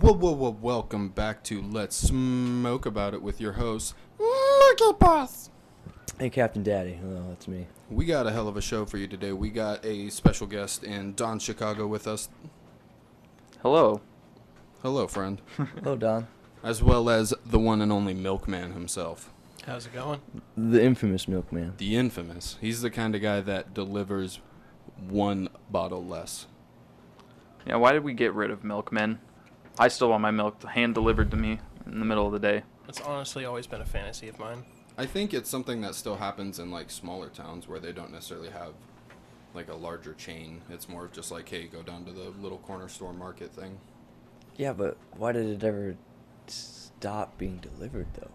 Whoa, whoa, whoa. Welcome back to Let's Smoke About It with your host, Monkey Boss. And Captain Daddy. Oh, that's me. We got a hell of a show for you today. We got a special guest in Don Chicago with us. Hello. Hello, friend. Hello, Don. As well as the one and only Milkman himself. How's it going? The infamous milkman. The infamous. He's the kind of guy that delivers one bottle less. Yeah, why did we get rid of milkmen? I still want my milk hand delivered to me in the middle of the day. It's honestly always been a fantasy of mine. I think it's something that still happens in like smaller towns where they don't necessarily have like a larger chain. It's more of just like, hey, go down to the little corner store market thing. Yeah, but why did it ever stop being delivered though?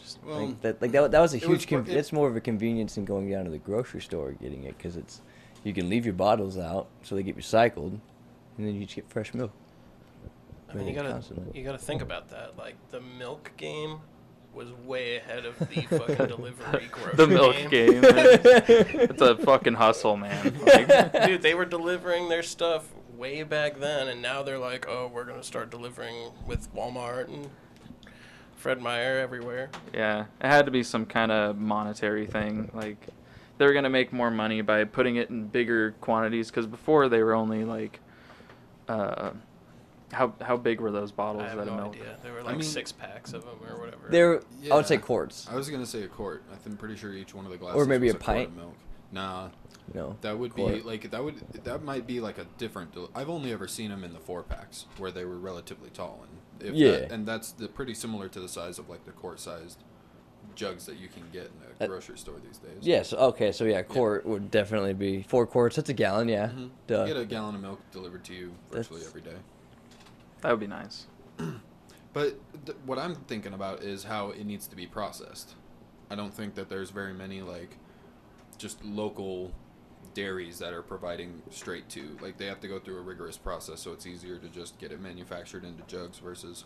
Just Well, like that, like that, that was a it was huge. con- for- it- it's more of a convenience than going down to the grocery store and getting it because it's you can leave your bottles out so they get recycled, and then you just get fresh milk. I mean, Really you gotta constantly. you gotta think about that. Like the milk game was way ahead of the fucking delivery grocery The milk game. it's a fucking hustle, man. Like, Dude, they were delivering their stuff way back then, and now they're like, oh, we're gonna start delivering with Walmart and Fred Meyer everywhere. yeah, it had to be some kind of monetary thing. Like, they were gonna make more money by putting it in bigger quantities because before they were only like, uh, how how big were those bottles I have that no of milk? idea. There were like mean- six packs of them or whatever. There, I would say Yeah. quarts. I was gonna say a quart. I th- I'm pretty sure each one of the glasses Or maybe was a a, quart pint. of milk. Nah, You know, that would be Quart. like that would that might be like a different. Del- I've only ever seen them in the four packs where they were relatively tall and if that, Yeah. and that's the, pretty similar to the size of like the quart sized jugs that you can get in a Uh, grocery store these days. Yes. okay. So yeah, a quart would definitely be four quarts. That's a gallon. Yeah. Mhm. Duh. You get a gallon of milk delivered to you virtually That's- every day. That would be nice. But th- what I'm thinking about is how it needs to be processed. I don't think that there's very many like just local dairies that are providing straight to like they have to go through a rigorous process so it's easier to just get it manufactured into jugs versus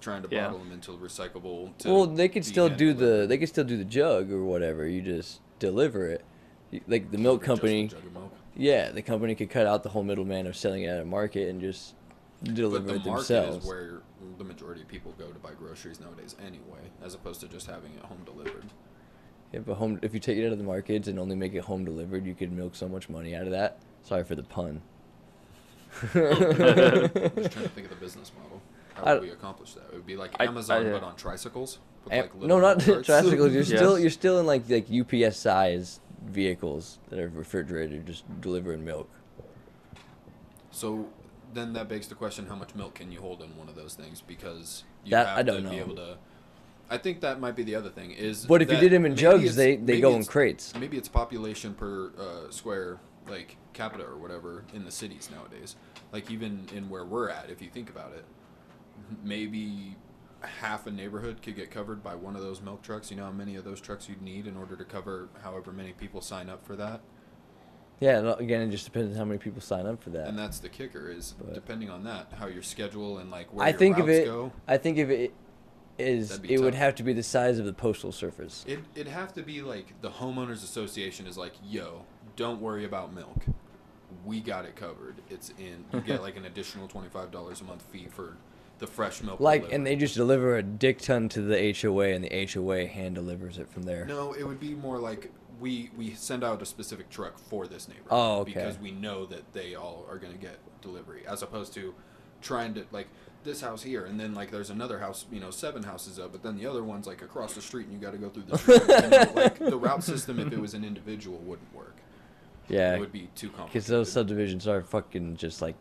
trying to Yeah. bottle them into recyclable to well, they could be still hand do the delivered. they could still do the jug or whatever. You just deliver it. You- Like the milk Just a company, jug of milk. yeah, the company could cut out the whole middleman of selling it at a market and just But deliver the it market themselves. is where the majority of people go to buy groceries nowadays anyway, as opposed to just having it home delivered. Yeah, but home if you take it out of the markets and only make it home delivered, you could milk so much money out of that. Sorry for the pun. I'm just trying to think of the business model. How I- would we accomplish that? It would be like I- Amazon, I- but on tricycles. With Eh, like uh, no, little not go-karts. tricycles. You're still Yes. you're still in like like UPS size vehicles that are refrigerated, just delivering milk. so then that begs the question: How much milk can you hold in one of those things? Because you That- have I don't to be know. able to. I think that might be the other thing. Is But if you that did 'em in maybe jugs, it's- they- they maybe go in it's- crates. Maybe it's population per uh, square, like capita or whatever, in the cities nowadays. Like even in where we're at, if you think about it, maybe half a neighborhood could get covered by one of those milk trucks. You know how many of those trucks you'd need in order to cover however many people sign up for that. Yeah, and again, it just depends on how many people sign up for that. And that's the kicker is But- depending on that, how your schedule and like where I your think of routes it. go. I think of it is That'd be it would tough. have to be the size of the postal surface. It it'd have to be like the homeowners association is like, yo, don't worry about milk. We got it covered. It's in you get like an additional twenty five dollars a month fee for the fresh milk. Like, delivered. and they just deliver a dick ton to the HOA, and the HOA hand delivers it from there. No, it would be more like we we send out a specific truck for this neighborhood. Oh, okay. Because we know that they all are going to get delivery, as opposed to trying to like this house here, and then like there's another house, you know, seven houses up, but then the other one's like across the street, and you got to go through the street. you know, like the route system, if it was an individual, wouldn't work. Yeah. It 'Cause would be too complicated. because those subdivisions are fucking just like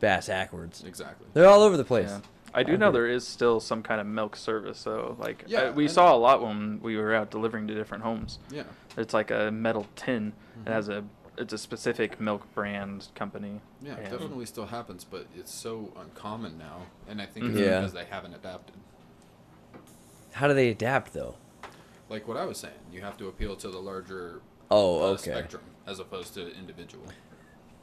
bass backwards. exactly. They're all over the place. Yeah. I do I know agree. there is still some kind of milk service, though. Like, I- Yeah, I we saw a lot when we were out delivering to different homes. Yeah. It's like a metal tin. Mm-hmm. It has a it's a specific milk brand company. Yeah, it And- definitely still happens, but it's so uncommon now, and I think it's Yeah. because they haven't adapted. How do they adapt though? Like what I was saying, you have to appeal to the larger Oh, uh, okay. spectrum as opposed to individual.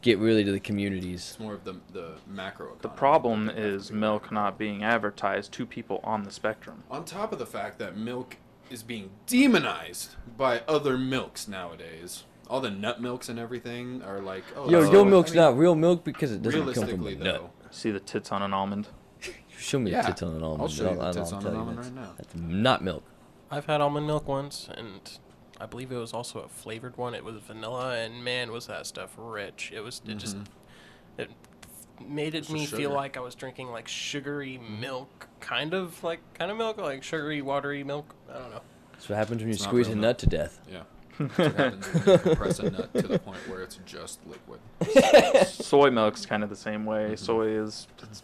Get really to the communities. It's more of the the macro. The economy. problem is milk not being advertised to people on the spectrum. on top of the fact that milk is being demonized by other milks nowadays. All the nut milks and everything are like, oh, Yo, that's- yo, I milk's mean, not real milk because it doesn't come from Realistically, a though, nut. See the tits on an almond. Show me Yeah, the tits on an almond. I'll show you and the tits I'll on tell an you almond that's- right now. That's not milk. I've had almond milk once, and I believe it was also a flavored one. It was vanilla, and man, was that stuff rich. It was it just it made it It's the me sugar. feel like I was drinking like sugary milk, kind of like kind of milk, like sugary watery milk. I don't know. That's what happens when you It's not squeeze a real nut to death. Yeah. That's what happens when you compress a nut to the point where it's just liquid. soy milk's kind of the same way. Mm-hmm. Soy is it's,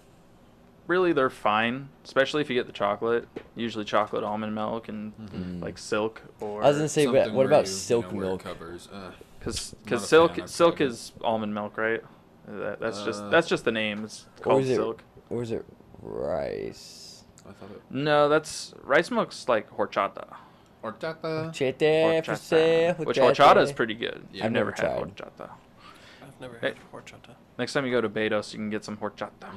really they're fine, especially if you get the chocolate. Usually chocolate almond milk and Mm-hmm. like silk or I was gonna say, but Something what where about you- you silk know, where it milk? Covers. Uh, because Not a silk fan, I've silk tried it. is almond milk, right? That, that's Uh, just that's just the name. It's Or called is it? silk. Or is it rice? I thought it. No, that's rice milk's like horchata. Horchata. Horchata for Horchata, sale, which horchata. horchata is pretty good. Yeah. I've never I've had never horchata. I've never Hey. had horchata. Next time you go to Bedos, you can get some horchata.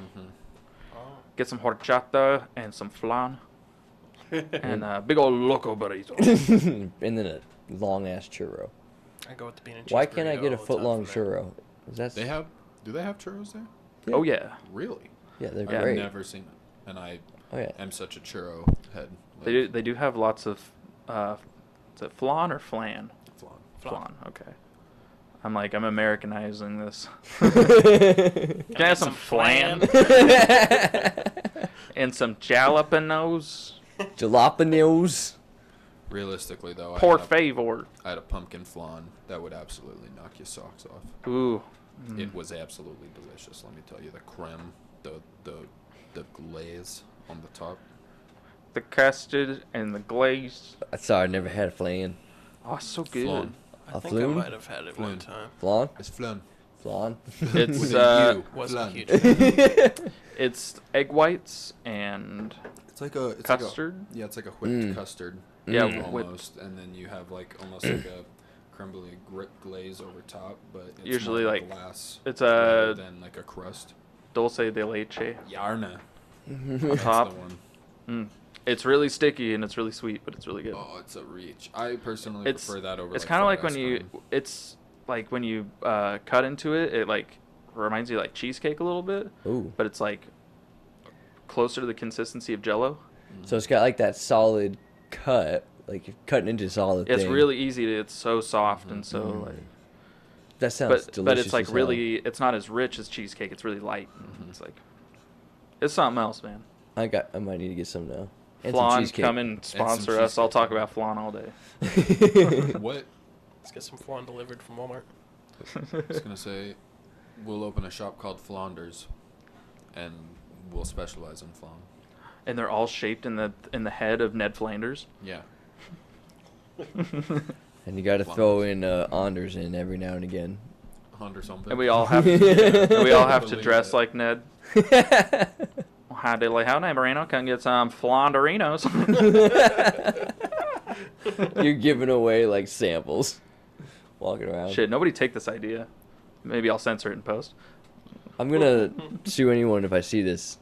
Oh. Get some horchata and some flan and a big old loco burrito. and then a long ass churro. I go with the bean and cheese. Why can't I burrito get a all the time foot long from there. churro? Is that They have. Do they have churros there? oh yeah. Really? yeah, they're Yeah. I've great. never seen it, and I Oh yeah, am such a churro head. Like, They do. They do have lots of. Uh, is it flan or flan? flan. Flan. Okay. I'm like I'm Americanizing this. I Can I need have some flan and some jalapenos? jalapenos. Realistically, though, Por I, had a, favor. I had a pumpkin flan that would absolutely knock your socks off. Ooh. Mm. It was absolutely delicious. Let me tell you, the creme, the the the glaze on the top. The custard and the glaze. I'm Sorry, I never had a flan. Oh, it's so good. Flan. I A think I flan? might have had it Flan. one time. Flan, It's flan. flan. It's With a uh, U, Wasn't flan. huge. fan. it's egg whites and It's like a it's Custard? Like a, yeah, it's like a whipped Mm. custard. Yeah, like whipped. almost. And then you have like almost like a crumbly grit glaze over top, but it's Usually, more of a like, glass it's uh, rather a- than like a crust. dulce de leche. Yarna. on That's top. the one. It's really sticky and it's really sweet, but it's really good. Oh, it's a reach. I personally it's prefer that over. it's kind of like when you it's like when you uh, cut into it, it like reminds you like cheesecake a little bit, Ooh, but it's like closer to the consistency of Jello. so it's got like that solid cut, like you're cutting into solid. It's thing. really easy to. It's so soft and so like, that sounds but delicious. but it's like as hell. really. It's not as rich as cheesecake. It's really light. It's like it's something else, man. I got. I might need to get some now. And some Flan, cheesecake. come and some sponsor us. I'll cheesecake. talk about Flan all day. what? Let's get some flan delivered from Walmart. I was gonna say, we'll open a shop called Flanders, and we'll specialize in flan. and they're all shaped in the in the head of Ned Flanders. Yeah. And you got to Flan. throw in uh, Anders in every now and again. Hundred something. And we all have to, and we all have to Believe dress it. like Ned. Well, Hi, diddly how, Neighborino. Come get some Flanderinos. You're giving away like samples, walking around. Shit, nobody take this idea. Maybe I'll censor it in post. I'm gonna sue anyone if I see this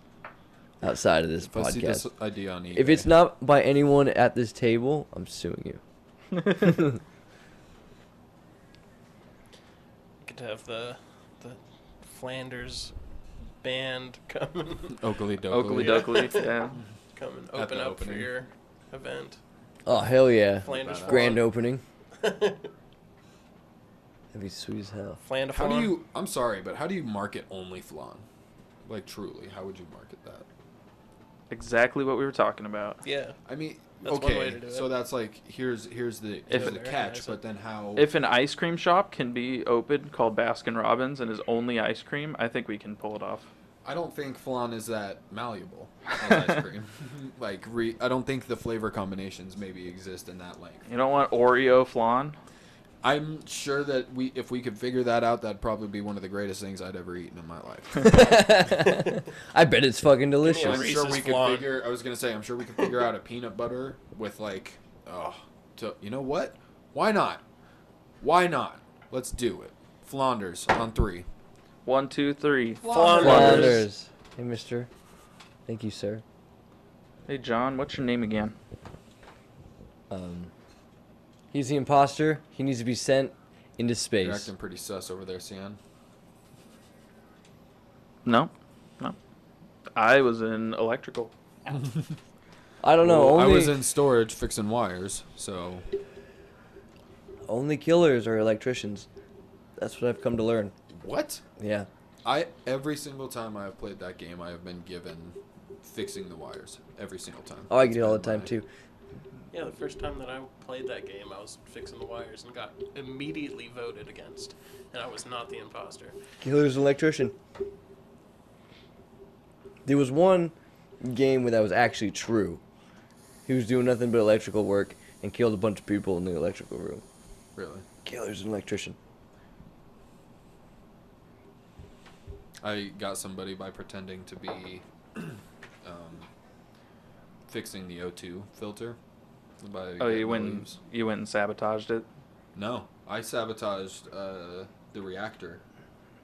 outside of this If I see podcast. this idea on eBay, if it's not by anyone at this table, I'm suing you. You could have the the Flanders band come and, Oakley Doakley. Oakley Doakley. Yeah. come and At the open up for opening. your event. Oh hell yeah! Flanders flan. Grand opening. That'd be sweet as hell. Flan How do you? I'm sorry, but how do you market only flan? Like truly, how would you market that? Exactly what we were talking about. Yeah. I mean, That's one okay, way to do so it. that's like here's here's the If- here's the catch, but then how? If an ice cream shop can be open called Baskin Robbins and is only ice cream, I think we can pull it off. I don't think flan is that malleable as ice cream. like, re, I don't think the flavor combinations maybe exist in that length. You don't want Oreo flan? I'm sure that we, if we could figure that out, that'd probably be one of the greatest things I'd ever eaten in my life. I bet it's fucking Yeah, I'm delicious. sure Reese's we could flan. figure. I was gonna say, I'm sure we could figure out a peanut butter with like, oh, to, you know what? Why not? Why not? Let's do it. Flanders on three. One, two, three. Flanders. Hey, Mister. Thank you, sir. Hey, John, what's your name again? Um, he's the imposter. He needs to be sent into You're space. acting pretty sus over there, Sian. No, no. I was in electrical. I don't know. I only, was in storage fixing wires, so only killers are electricians. That's what I've come to learn. what? Yeah. I every single time I have played that game, I have been given fixing the wires every single time. Oh, I It's get it all the been time my- too. Yeah, the first time that I played that game, I was fixing the wires and got immediately voted against, and I was not the imposter. Killer's an electrician. There was one game where that was actually true. He was doing nothing but electrical work and killed a bunch of people in the electrical room. Really, Killer's an electrician. I got somebody by pretending to be um, fixing the O2 filter. By Oh, you getting went and- leaves. you went and sabotaged it. No, I sabotaged uh, the reactor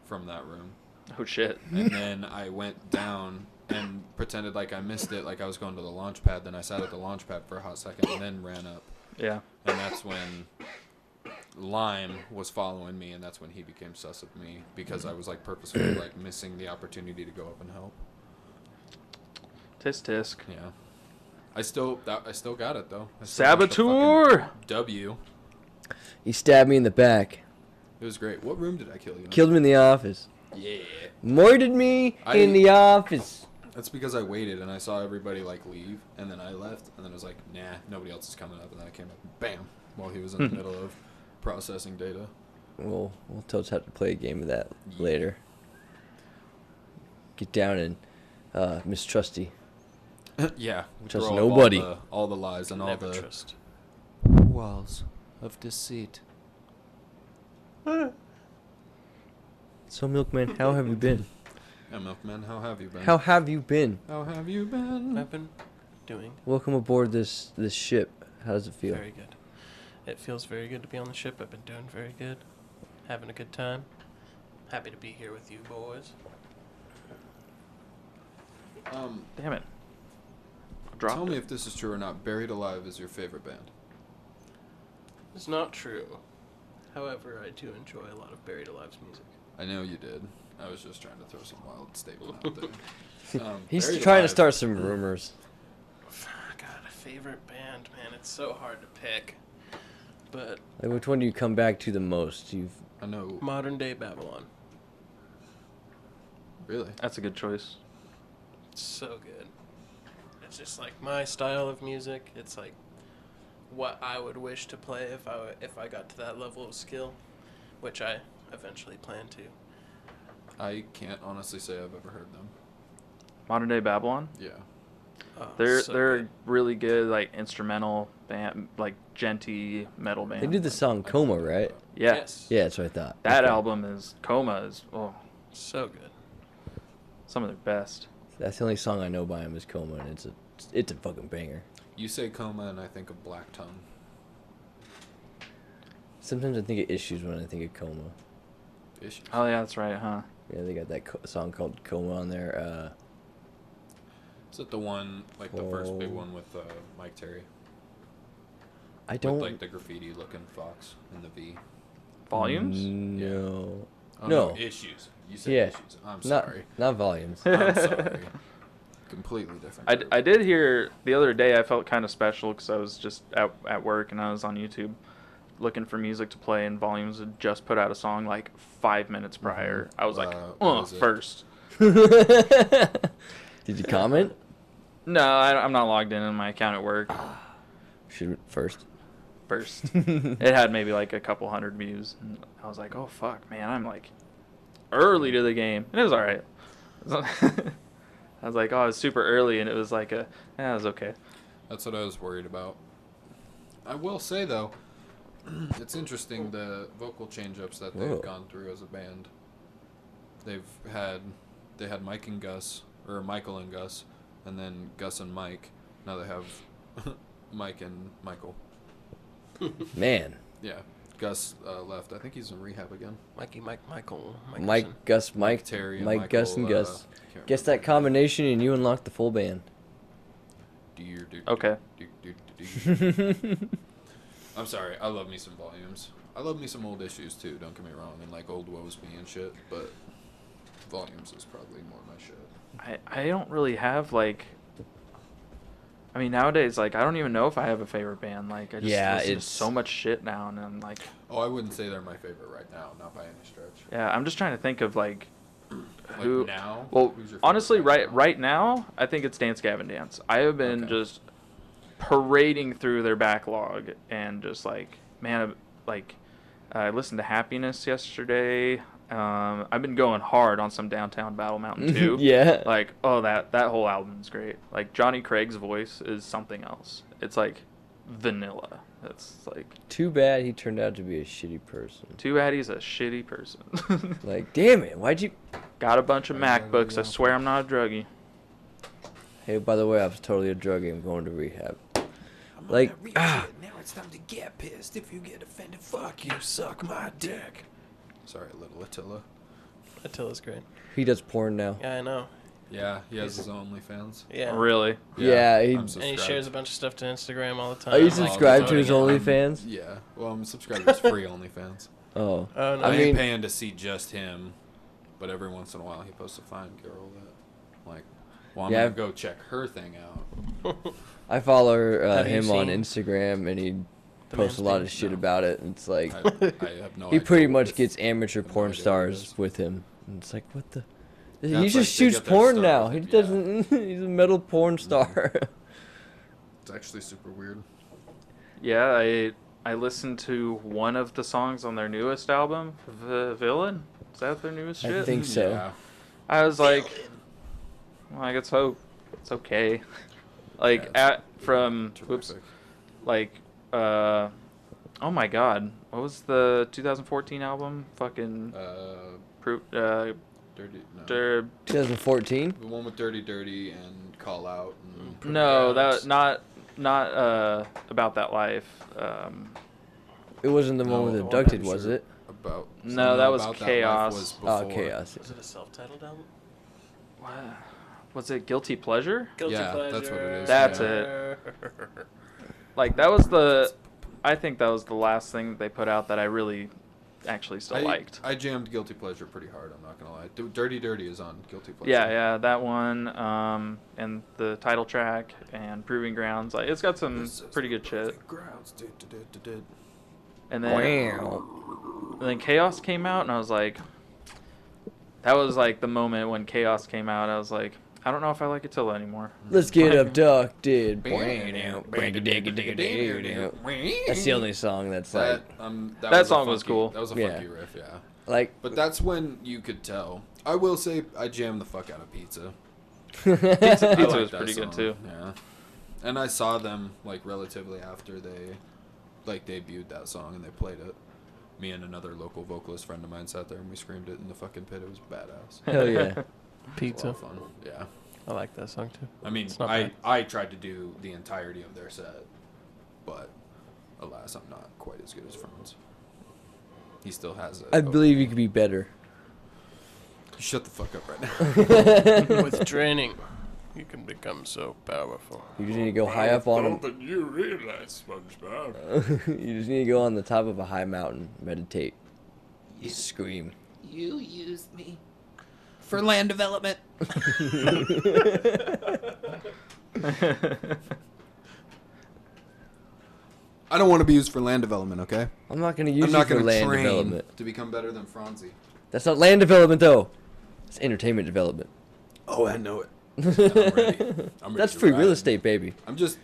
from that room. Oh shit. and then I went down and pretended like I missed it, like I was going to the launch pad. Then I sat at the launch pad for a hot second and then ran up. Yeah. And that's when Lime was following me, and that's when he became sus of me because I was like purposefully like missing the opportunity to go up and help. Tisk tisk. Yeah, I still that, I still got it though. I still got the fucking Saboteur. W. He stabbed me in the back, It was great. What room did I kill you? in? killed me in the office, Yeah. murdered me I- in the office. That's because I waited and I saw everybody like leave, and then I left, and then I was like, nah, nobody else is coming up, and then I came up, bam, while he was in the middle of processing data. We'll we'll totes have to play a game of that later. Get down and uh, mistrusty. yeah, we Just throw up nobody. All the, all the lies and all Never the trust. walls of deceit. So milkman, how have you been? Yeah, Milkman, how have you been? How have you been? How have you been? I've been doing Welcome aboard this this ship. How does it feel? very good. It feels very good to be on the ship. I've been doing very good, having a good time. Happy to be here with you boys. Um, Damn it. Dropped tell it. me if this is true or not. Buried Alive is your favorite band. It's not true. However, I do enjoy a lot of Buried Alive's music. I know you did. I was just trying to throw some wild statement out there. Um, He's Buried trying Alive- to start some rumors. God, a favorite band, man. It's so hard to pick. But Like, which one do you come back to the most? You've I know. modern day Babylon, Really? That's a good choice. it's so good. It's just like my style of music. It's like what I would wish to play if I if I got to that level of skill, which I eventually plan to. I can't honestly say I've ever heard them. Modern day Babylon. Yeah. Oh, They're so they're good. really good like instrumental band like genty metal band. they did the song Coma, right? Yeah. Yes. Yeah, that's what I thought. That uh, Okay. album is Coma is oh So good. some of their best. That's the only song I know by him is Coma, and it's a it's a fucking banger. You say coma, and I think of black tongue. Sometimes I think of issues when I think of Coma. Issues. Oh yeah, that's right, huh? Yeah, they got that co- song called Coma on there. Uh, Is it the one like the first big Oh. one with uh, Mike Terry? I don't With, like the graffiti looking fox and the V. Volumes? No, Oh, no, issues. You said Yeah. issues. I'm not sorry. not volumes. I'm sorry. Completely different. I, d- I did hear the other day I felt kind of special cuz I was just at at work and I was on YouTube looking for music to play and Volumes had just put out a song like 5 minutes prior. I was like, Uh, what "Oh, is it?" first." Did you comment? No, I, I'm not logged in in my account at work. Should first. First. it had maybe like a couple hundred views. And I was like, oh fuck, man, I'm like early to the game, and it was all right. It was not- I was like, oh, it was super early, and it was like a, yeah, it was okay. That's what I was worried about. I will say though, it's interesting the vocal change-ups that they've Whoa. gone through as a band. They've had they had Mike and Gus or Michael and Gus and then Gus and Mike. Now they have Mike and Michael. Man, Yeah. Gus uh, left. I think he's in rehab again. Mikey, Mike, Michael, Mike, Mickelson. Gus, Mike, Mike Terry and Mike, Gus, and Michael, uh, Gus. can't Guess that remember. combination, and you unlock the full band. Dear, dear, Okay. dear, dear, dear, dear. That's I'm sorry. I love me some volumes. I love me some old issues too. Don't get me wrong, and like old woes me and shit. But volumes is probably more my shit. I, I don't really have like I mean nowadays like I don't even know if I have a favorite band like I just Yeah, listen it's- to so much shit now and I'm like Oh, I wouldn't say they're my favorite right now, not by any stretch. yeah I'm just trying to think of like Like who now? well Who's your favorite honestly right now? right now I think it's Dance Gavin Dance I have been Okay. just parading through their backlog and just like man like I listened to Happiness yesterday um, I've been going hard on some Downtown Battle Mountain too yeah. like oh that that whole album's great like johnny craig's voice is something else it's like vanilla that's like Too bad he turned out to be a shitty person. too bad he's a shitty person Like, damn it, why'd you? got a bunch of I never macbooks i know. swear i'm not a druggie Hey, by the way, I was totally a druggie. I'm going to rehab. Like, ah, now it's time to get pissed. If you get offended, fuck you, suck my dick. Sorry, little Attila. Attila's great. he does porn now. Yeah, I know. Yeah, he has his own OnlyFans. Yeah. really Yeah, he- I'm And he And he Oh, subscribed. shares a bunch of stuff to Instagram all the time. Are you I'm all subscribed to his about it. OnlyFans? Yeah, well, I'm subscribed to his free OnlyFans. Oh, Oh, no. I, I ain't mean- paying to see just him, but every once in a while he posts a fine girl that, like, well, I'm Yeah. gonna go check her thing out. I follow uh, Have you him on seen Instagram, and he posts a man's lot penis? of shit No. about it. And it's like I, I have no. he idea pretty what much this- gets amateur no porn idea what it stars is. with him. And it's like, what the? That's he like, they just shoots get their porn start now. with He it, yeah. Mm-hmm. doesn't. he's a metal porn star. It's actually super weird. yeah i i listened to one of the songs on their newest album the villain is that their newest I shit think so. Yeah. I was like, like it's so, it's okay. Like Yeah, at from whoops, Terrific. like uh, oh my god, what was the 2014 album? Fucking Uh, pro- uh, dirty. No. der- 2014. The one with Dirty Dirty and Call Out. And Pretty no, that Grounds. not not uh about that life. Um, It wasn't the No, one with the one abducted, I'm was sure it? About. No, Something that was About Life Chaos. was Oh, before. chaos. Is it a self-titled album? what- was it Guilty Pleasure? Guilty Yeah, pleasure. that's what it is, That's it. Like that was the, I think that was the last thing that they put out that I really, actually still I, liked. I jammed Guilty Pleasure pretty hard. I'm not gonna lie. D- Dirty Dirty is on Guilty Pleasure. Yeah, yeah, that one, um, and the title track and Proving Grounds. Like, it's got some This is Mm, pretty good shit. Proving Grounds. Du- du- du- du- du. And then, Wow. and then Chaos came out, and I was like, that was like the moment when Chaos came out. I was like, I don't know if I like Attila anymore. Let's get abducted. That's the That only song that's like, um, that That was a song was funky- cool. That was a Yeah. funky riff, yeah. like. But that's when you could tell. I will say, I jammed the fuck out of Pizza. Pizza, I Pizza like was that pretty song, good too. Yeah, and I saw them like relatively after they, like debuted that song and they played it. Me and another local vocalist friend of mine sat there and we screamed it in the fucking pit. It was badass. It Hell yeah. was a lot of fun. Yeah. I like that song too. I mean, It's not I bad. I tried to do the entirety of their set, but alas, I'm not quite as good as Franz. He still has it. I Oh, believe you could be better. Shut the fuck up right now. With training, you can become so powerful. You just need to Oh, go high up on Don't them. think you realize, SpongeBob. you just need to go on the top of a high mountain, meditate, scream. You used me for land development. I don't want to be used for land development. Okay. I'm not gonna use I'm you not for going to land train development. to become better than Franzi. That's not land development though. It's entertainment development. Oh, I know it. And I'm ready. I'm ready That's to free ride. real estate, baby. I'm just.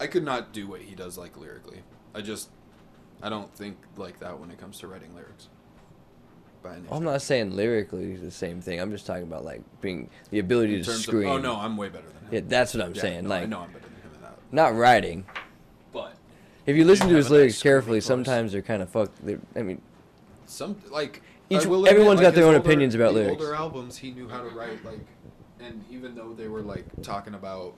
I could not do what he does like lyrically. I just. I don't think like that when it comes to writing lyrics. By any I'm not saying lyrically it's the same thing. I'm just talking about like being the ability in to terms of, scream. oh no, I'm way better than him. Yeah, that's what I'm Yeah, saying. no, I like know I'm better than him in that. not writing. But If you listen to have his a nice lyrics screaming carefully, voice. sometimes they're kind of fucked. They're, I mean, some like Each- I everyone's will admit, got like, their his own older- opinions about the lyrics. Older albums, he knew how to write like, and even though they were like talking about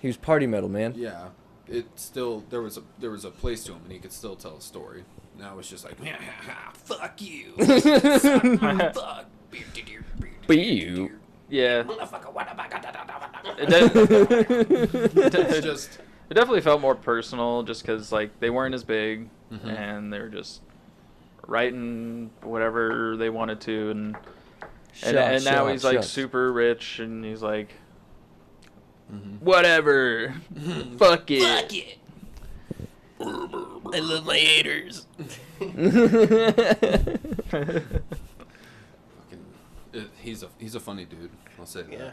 he was party metal, man. yeah, it still there was a there was a place to him, and he could still tell a story. Now it's just like Ah, Fuck you. Fuck. But you, yeah, it, Motherfucker. def- it de- it's just it definitely felt more personal, just because like they weren't as big, Mm-hmm. and they were just writing whatever they wanted to, and and, Shucks, and now shucks, he's like shucks. super rich, and he's like, Mhm. whatever, fuck it. Fuck it. I love my haters. Fucking, it, he's a he's a funny dude. I'll say that. Yeah.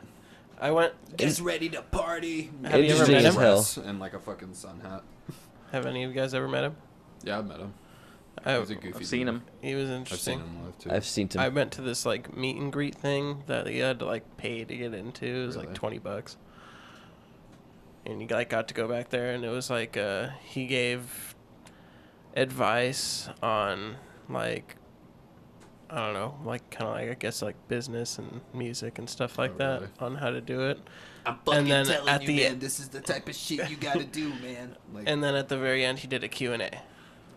I went. Gets ready to party. Have you ever Interesting met as him? hell. Dress And like a fucking sun hat. Have any of you guys ever met him? Yeah, I met him. I, He's a goofy. Oh, I've seen dude. him. he was I've seen interesting. him live too. I've seen I him. went to this like meet and greet thing that you had to like pay to get into. It was Really? like twenty bucks, and you like got to go back there, and it was like uh, he gave advice on like I don't know, like kind of like I guess like business and music and stuff like that Oh, really? on how to do it. I'm fucking then telling at you, the- man, this is the type of shit you gotta do, man. like, And then at the very end, he did a Q and A, and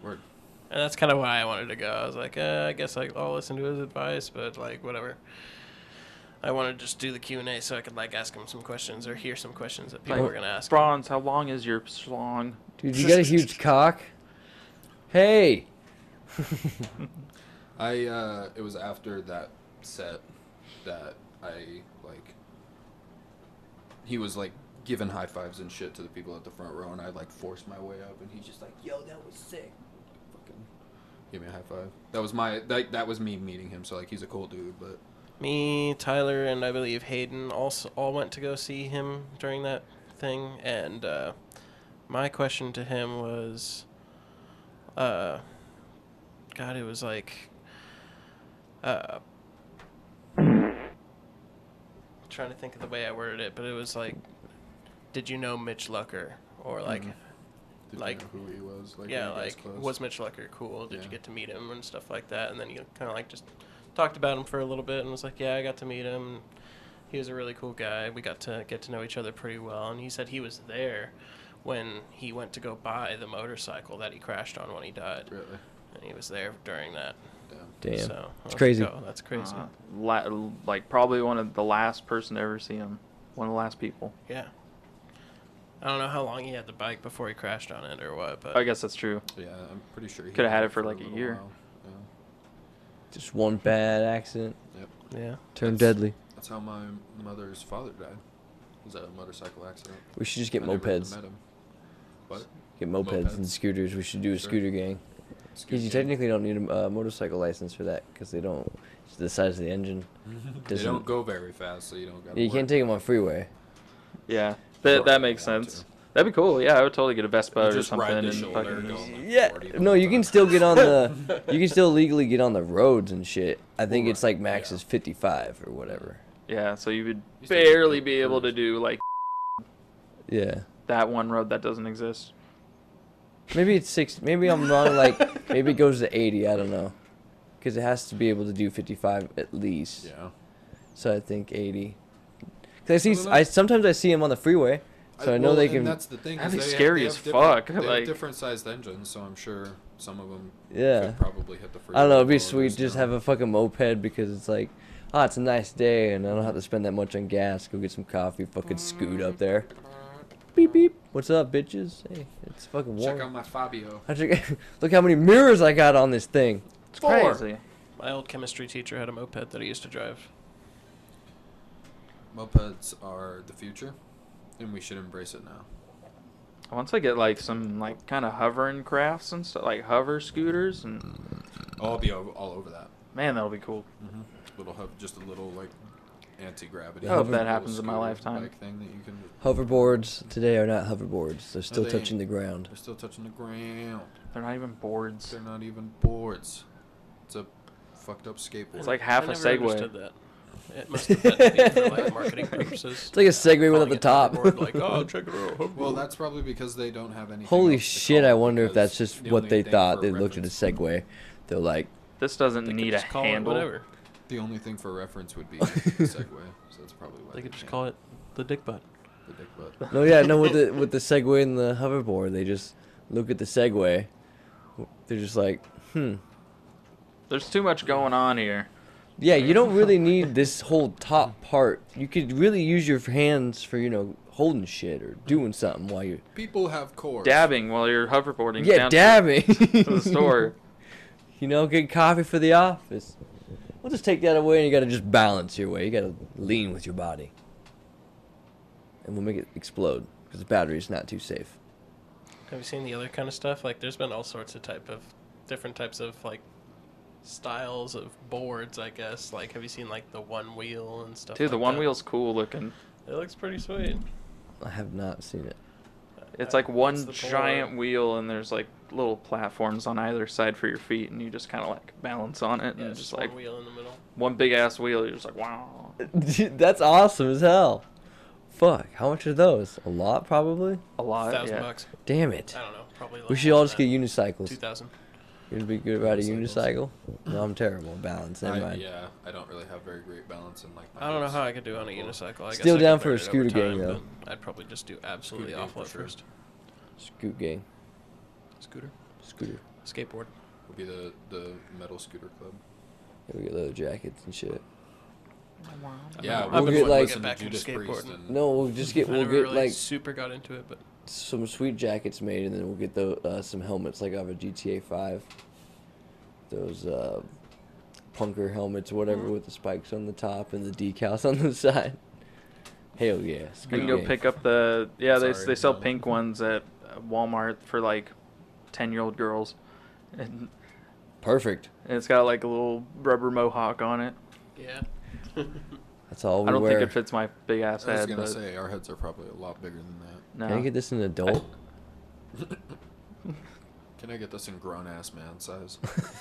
word. that's kind of why I wanted to go. I was like, uh, I guess like I'll listen to his advice, but like whatever. I want to just do the Q and A so I could like ask him some questions or hear some questions that people Like, were gonna ask. him. Bronze, how long is your slong? Dude, you got a huge cock. Hey, I uh, it was after that set that I like. He was like giving high fives and shit to the people at the front row, and I like forced my way up, and he just like Yo, that was sick. fucking gave me a high five. That was my that that was me meeting him. So like he's a cool dude, but Me, Tyler, and I believe Hayden also all went to go see him during that thing. And uh, my question to him was, uh, God, it was like, uh, trying to think of the way I worded it, but it was like, did you know Mitch Lucker? Or like, didn't Like- know who he was. Like, yeah, were you guys like close? was Mitch Lucker cool? Did Yeah. you get to meet him and stuff like that? And then you kind of like just talked about him for a little bit and was like, yeah, I got to meet him. He was a really cool guy. We got to get to know each other pretty well. And he said he was there when he went to go buy the motorcycle that he crashed on when he died, really and he was there during that. damn. damn, so I was like, crazy. "Oh, that's crazy. Uh, la- like probably one of the last person to ever see him. One of the last people. Yeah. I don't know how long he had the bike before he crashed on it or what, but I guess that's true. Yeah, I'm pretty sure he Coulda had it for, like, a little year. while. Yeah. just one bad accident yeah. turned That's- deadly. That's how my mother's father died. It was a motorcycle accident. We should just get I never even mopeds. met him. What? Get mopeds, and Mopeds. scooters. We should do a Sure. scooter gang. Because you Excuse me. technically don't need a uh, motorcycle license for that because they don't. It's the size of the engine. They doesn't- don't go very fast, so you don't got. You can't take them on freeway. Yeah, that Sure, that I makes want sense. to. That'd be cool. Yeah, I would totally get a Vespa or just something. ride the and shoulder fucking- going like Yeah. 40 the No, whole you can time. still get on the. you can still legally get on the roads and shit. I think Well, it's like right, max yeah. is 55 or whatever. Yeah, so you would You still barely can be able to cruise. do like Yeah. that one road that doesn't exist. Maybe it's six. Maybe I'm wrong. Like maybe it goes to 80. I don't know. Because it has to be able to do 55 at least. Yeah. So I think 80. Because I see. I don't know. I sometimes I see them on the freeway. So I, know well, they and can. That's the thing. is That'd be they have- scary they as have different- fuck, They have like- different sized engines, so I'm sure some of them. Yeah. Could probably hit the. I don't know. It'd be freeway lower sweet than just now. have a fucking moped because it's like, ah, it's a nice day and I don't have to spend that much on gas. Go get some coffee. Fucking scoot up there. Beep beep. What's up, bitches? Hey, it's fucking Check out warm. my Fabio. I check- Look how many mirrors I got on this thing. It's Four. crazy. My old chemistry teacher had a moped that he used to drive. Mopeds are the future, and we should embrace it now. Once I get like some like kind of hovering crafts and stuff, like hover scooters, and Oh, I'll be o- all over that. man, that'll be cool. Little hub, just a little like anti-gravity. I hope little that happens in my scooter lifetime. bike thing that you can. Hoverboards today are not hoverboards. They're still they ain't. touching the ground. They're still touching the ground. They're not even boards. They're not even boards. It's a fucked up skateboard. It's like half I a never Segway. understood that. It must have been for like marketing purposes. It's like a Segway without Calling the it top. hoverboard, like, oh, check it out. well, that's probably because they don't have any. Holy shit! I wonder if that's just what they thought. They looked at a Segway. They're like, This doesn't They could need a just call handle. It whatever. The only thing for reference would be the Segway, so that's probably why They could just can't. call it the dick butt. the dick butt. no, yeah, no. With the with the Segway and the hoverboard, they just look at the Segway. They're just like, hmm. There's too much going on here. Yeah, you don't really need this whole top part. You could really use your hands for you know holding shit or doing something while you're People have cores. Dabbing while you're hoverboarding yeah down to- dabbing. to the store. you know, get coffee for the office. We'll just take that away, and you gotta just balance your way. You gotta lean with your body, and we'll make it explode because the battery's not too safe. Have you seen the other kind of stuff? Like, there's been all sorts of type of different types of like styles of boards. I guess. Like, have you seen like the one wheel and stuff? Dude, the like one that? wheel's Mm, cool looking. It looks pretty sweet. I have not seen it. It's Uh, like one the giant board. wheel, and there's like little platforms on either side for your feet, and you just kind of like balance on it, and Yeah, it's just, just one like wheel in the middle. one big ass wheel. You're just like wow. That's awesome as hell. Fuck, how much are those? A lot, probably. A lot. Thousand yeah. bucks. Damn it. I don't know. Probably. We should all just get unicycles. two thousand. You'd be good about a Unicycles. unicycle. No, I'm terrible at balance. Never I, mind. yeah, I don't really have very great balance in like. My I don't know hips. how I could do on a unicycle. I guess Still I could down for a learn it over scooter gang, time, though. but I'd probably just do absolutely Scooter gang awful for at sure. first. Scoot gang. Scooter, Scooter. skateboard. Would be the the metal scooter club. Yeah, we get leather jackets and shit. Yeah, I've we'll been get, wanting like- to get listen back to into Judas Priest skateboarding. and No, we'll just get I we'll never get really like super got into it, but some sweet jackets made, and then we'll get the uh, some helmets like out of a GTA Five. Those uh, punker helmets, or Mm-hmm. whatever, with the spikes on the top and the decals on the side. Hell yeah! You Scoot can go gang. pick up the yeah. They Sorry, they sell no. pink ones at uh, Walmart for like ten year old girls, and, Perfect. and it's got like a little rubber mohawk on it. yeah. That's all we I don't wear. think it fits my big ass I was head, gonna but say our heads are probably a lot bigger than that. no. Can I get this an adult? Can I get this in grown ass man size?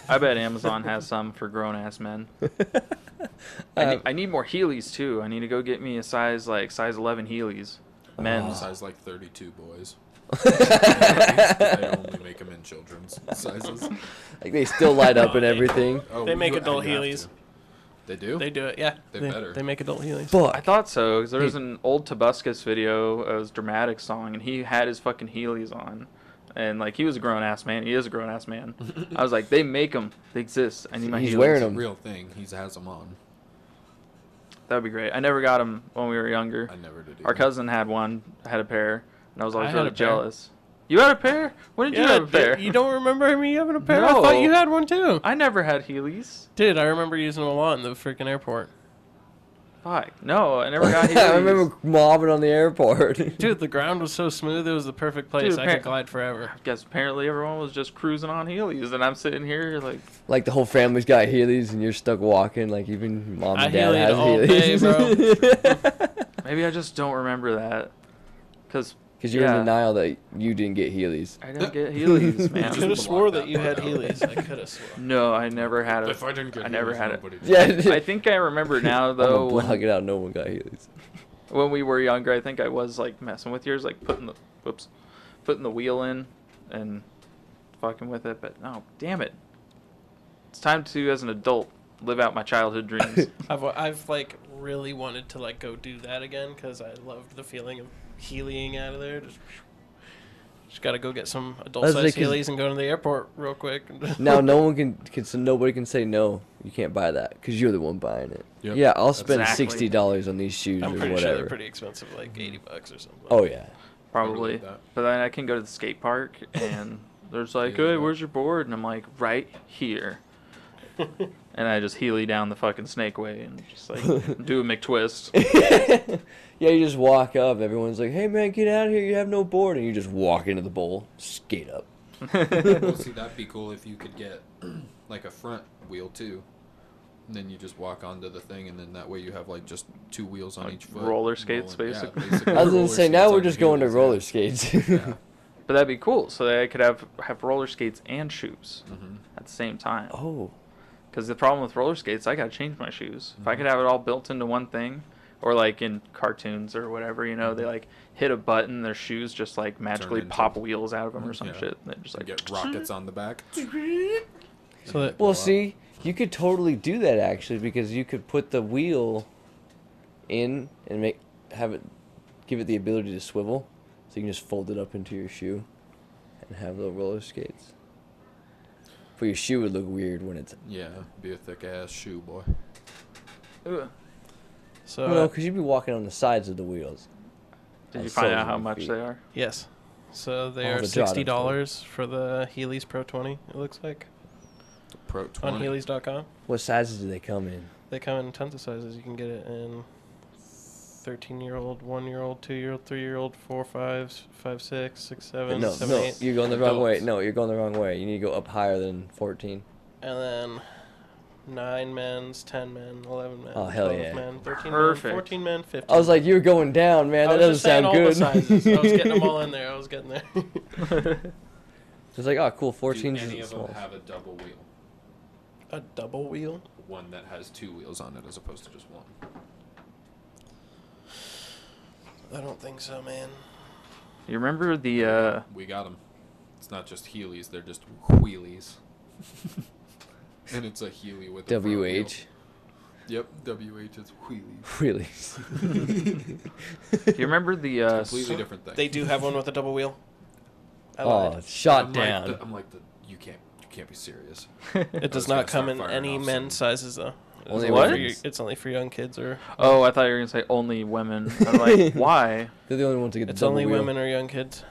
I bet Amazon has some for grown ass men. I, Uh, need, I need more Heelys too. I need to go get me a size like size eleven Heelys, men's. size like 32 boys. they only make them in children's sizes. like they still light up and Oh, everything. Oh, They make you- adult you have Heelys. to. They do. They do it, yeah. They they better. They make adult heelys. Fuck. I thought so because there was Hey. an old Tobuscus video. It was a dramatic song, and he had his fucking Heelys on, and like he was a grown ass man. He is a grown ass man. I was like, they make them. They exist. I need my. He's Heelys. wearing It's a 'em. real thing. He has them on. That'd be great. I never got them when we were younger. I never did. Our either. cousin had one. Had a pair, and I was I always had really a pair. jealous. You had a pair? When did you have a pair? You don't remember me having a pair? I No. thought you had one too. I never had Heelys. Dude, I remember using them a lot in the freaking airport. Fuck. No, I never got Heelys. I remember mobbing on the airport. Dude, the ground was so smooth; it was the perfect place. Dude, I appar- could glide forever. Guess apparently everyone was just cruising on Heelys, and I'm sitting here like, like the whole family's got Heelys and you're stuck walking. Like even mom I and dad Heeled has all Heelys. day, maybe I just don't remember that, because Because you're in denial that you didn't get Heelys. I didn't get Heelys, I just could man. have swore blocked that you that had one out. Heelys. I could have swore. No, I never had it. If I didn't get I never Heelys, had it. nobody did. Yeah. I think I remember now though. I'm gonna block When, it out. No one got Heelys. when we were younger, I think I was like messing with yours, like putting the whoops, putting the wheel in, and fucking with it. But no, damn it, it's time to, as an adult, live out my childhood dreams. I've, wa- I've like really wanted to like go do that again because I loved the feeling of heelying out of there. Just, just gotta go get some adult That's size like 'cause- heelys and go to the airport real quick. now no one can, can. So nobody can say no. You can't buy that because you're the one buying it. Yep. Yeah, I'll spend Exactly. sixty dollars on these shoes I'm or pretty sure whatever. they're pretty expensive, like eighty bucks or something. oh yeah. Probably. did that. But then I can go to the skate park and there's like, Yeah. hey, where's your board? And I'm like, right here. and I just heely down the fucking snake way and just like do a McTwist. Yeah, you just walk up. Everyone's like, "Hey man, get out of here! You have no board," and you just walk into the bowl, skate up. well, see, that'd be cool if you could get like a front wheel too. And then you just walk onto the thing, and then that way you have like just two wheels on Like each foot. roller skates, Rolling- basically. Yeah, basically I was roller gonna say skates now on we're your just going to heels, roller yeah. skates. Yeah. But that'd be cool. So that I could have have roller skates and shoes Mm-hmm. at the same time. oh, Because the problem with roller skates, I gotta change my shoes. If I could Mm-hmm. have it all built into one thing, or like in cartoons or whatever, you know, they like hit a button, their shoes just like magically Mm-hmm. into- Mm-hmm. pop wheels out of them or some Yeah. shit. and They're just So like get rockets on the back. So that, well, Wow. see, you could totally do that actually because you could put the wheel in and make have it give it the ability to swivel, so you can just fold it up into your shoe and have little roller skates. But your shoe would look weird when it's Yeah, be a thick ass shoe boy. Ugh. so well, no, because you'd be walking on the sides of the wheels. Did on you find soles out of how your much feet. they are? Yes. So they Oh, the are Jada sixty dollars for the Heelys Pro Twenty. It looks like Pro on 20. Heelys.com. What sizes do they come in? They come in tons of sizes. You can get it in 13 year old, 1 year old, 2 year old, 3 year old, 4, 5, 5, 6, 6, 7, no, 7, no, 8. you're going the wrong way. Adults. No, you're going the wrong way. You need to go up higher than 14. And then 9 men's, 10 men, 11 men, Oh, hell 12 yeah. men, 13 Perfect. men, 14 men, 15 I was like, you're going down, man. I That was just doesn't saying sound all good. the sizes. I was getting them all in there. I was getting there. It's like, oh, cool, Do 14 any is of them small. have a double wheel? a double wheel? One that has two wheels on it as opposed to just one. I don't think so, man. You remember the uh, We got them. It's not just Heelys, they're just wheelies. and it's a Heely with a front wheel. WH. Yep, WH is wheelies. Really? Do you remember the uh, Completely so- different thing. They do have one with a double wheel. I Oh, lied. it's shot I'm down. Like the, I'm like the you can't you can't be serious. it was does gonna not come start in firing any off men's sizes though. It's Only only for women's? y- it's only for young kids or Oh, I thought you were gonna say only women. I'm like, why? They're the only ones to get the it's double only wheel. women or young kids.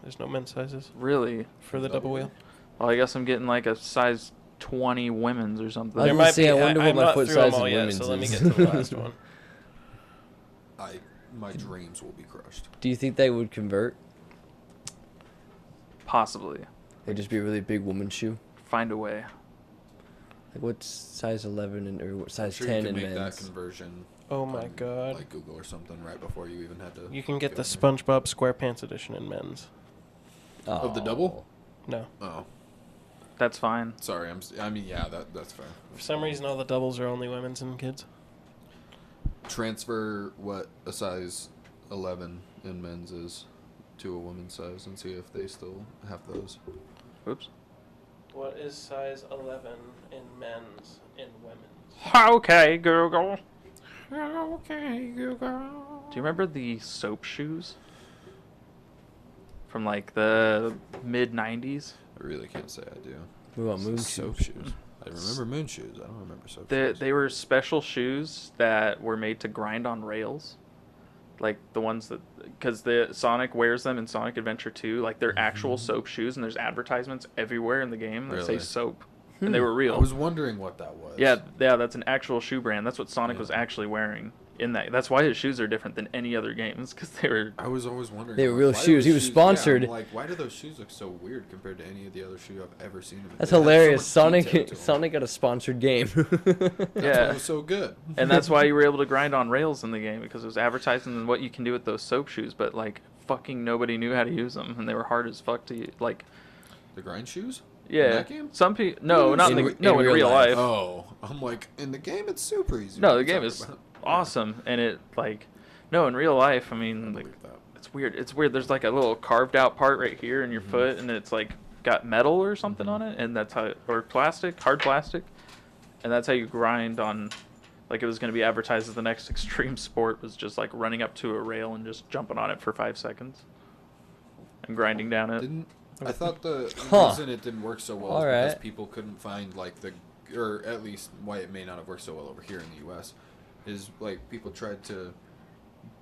There's no men's sizes Really? for the double wheel. Well, I guess I'm getting like a size 20 women's or something. I was There gonna might say, be. I wonder what I'm my not foot through 'em size all in yet, women's so let me is. get to the last one. I my dreams will be crushed. Do you think they would convert? Possibly. It'd just be a really big woman's shoe. Find a way. Like what's size 11 and or what I'm size sure 10 you can in make that men's? conversion. Oh my on, god. Like Google or something right before you even had to. you can get go the in there. SpongeBob SquarePants edition in men's. Oh, of the double. No. Oh, That's fine. sorry. I'm. s- I mean, yeah, that that's fair. For some reason all the doubles are only women's and kids. Transfer what a size eleven in men's is to a woman's size and see if they still have those. Oops. What is size 11 in men's in women's? Okay, Google. Okay, Google. Do you remember the soap shoes? From like the mid 90s? I really can't say I do. We want moon soap shoes. shoes. I remember moon shoes. I don't remember soap They, shoes. they were special shoes that were made to grind on rails. Like the ones that, because the Sonic wears them in Sonic Adventure 2. Like they're actual soap shoes, and there's advertisements everywhere in the game that Mm-hmm. say Really? Hmm. soap, and they were real. I was wondering what that was. Yeah, yeah, that's an actual shoe brand. That's what Sonic Yeah. was actually wearing in that. That's why his shoes are different than any other games because they were. I was always wondering. They were like, real why do shoes. those He was yeah, I'm sponsored. like, why do those shoes look so weird compared to any of the other shoe I've ever seen? Them? That's They have so hilarious. much detail to Sonic 'em. Sonic got a sponsored game. That's Yeah. why it was so good. And that's why you were able to grind on rails in the game because it was advertising what you can do with those soap shoes. But like, fucking nobody knew how to use them, and they were hard as fuck to u- like. the grind shoes. Yeah, that game? some people. No, not in, In the, re- no in in real, real life. life. Oh, I'm like in the game. It's super easy. What no, are the you game talking is about? awesome, and it like, no, in real life. I mean, I like, believe that. it's weird. It's weird. There's like a little carved out part right here in your Mm. foot, and it's like got metal or something Mm-hmm. on it, and that's how, or plastic, hard plastic, and that's how you grind on. Like it was going to be advertised as the next extreme sport was just like running up to a rail and just jumping on it for five seconds, and grinding down it. Didn't I thought the Huh. reason it didn't work so well All is right. because people couldn't find like the, or at least why it may not have worked so well over here in the U.S. is like people tried to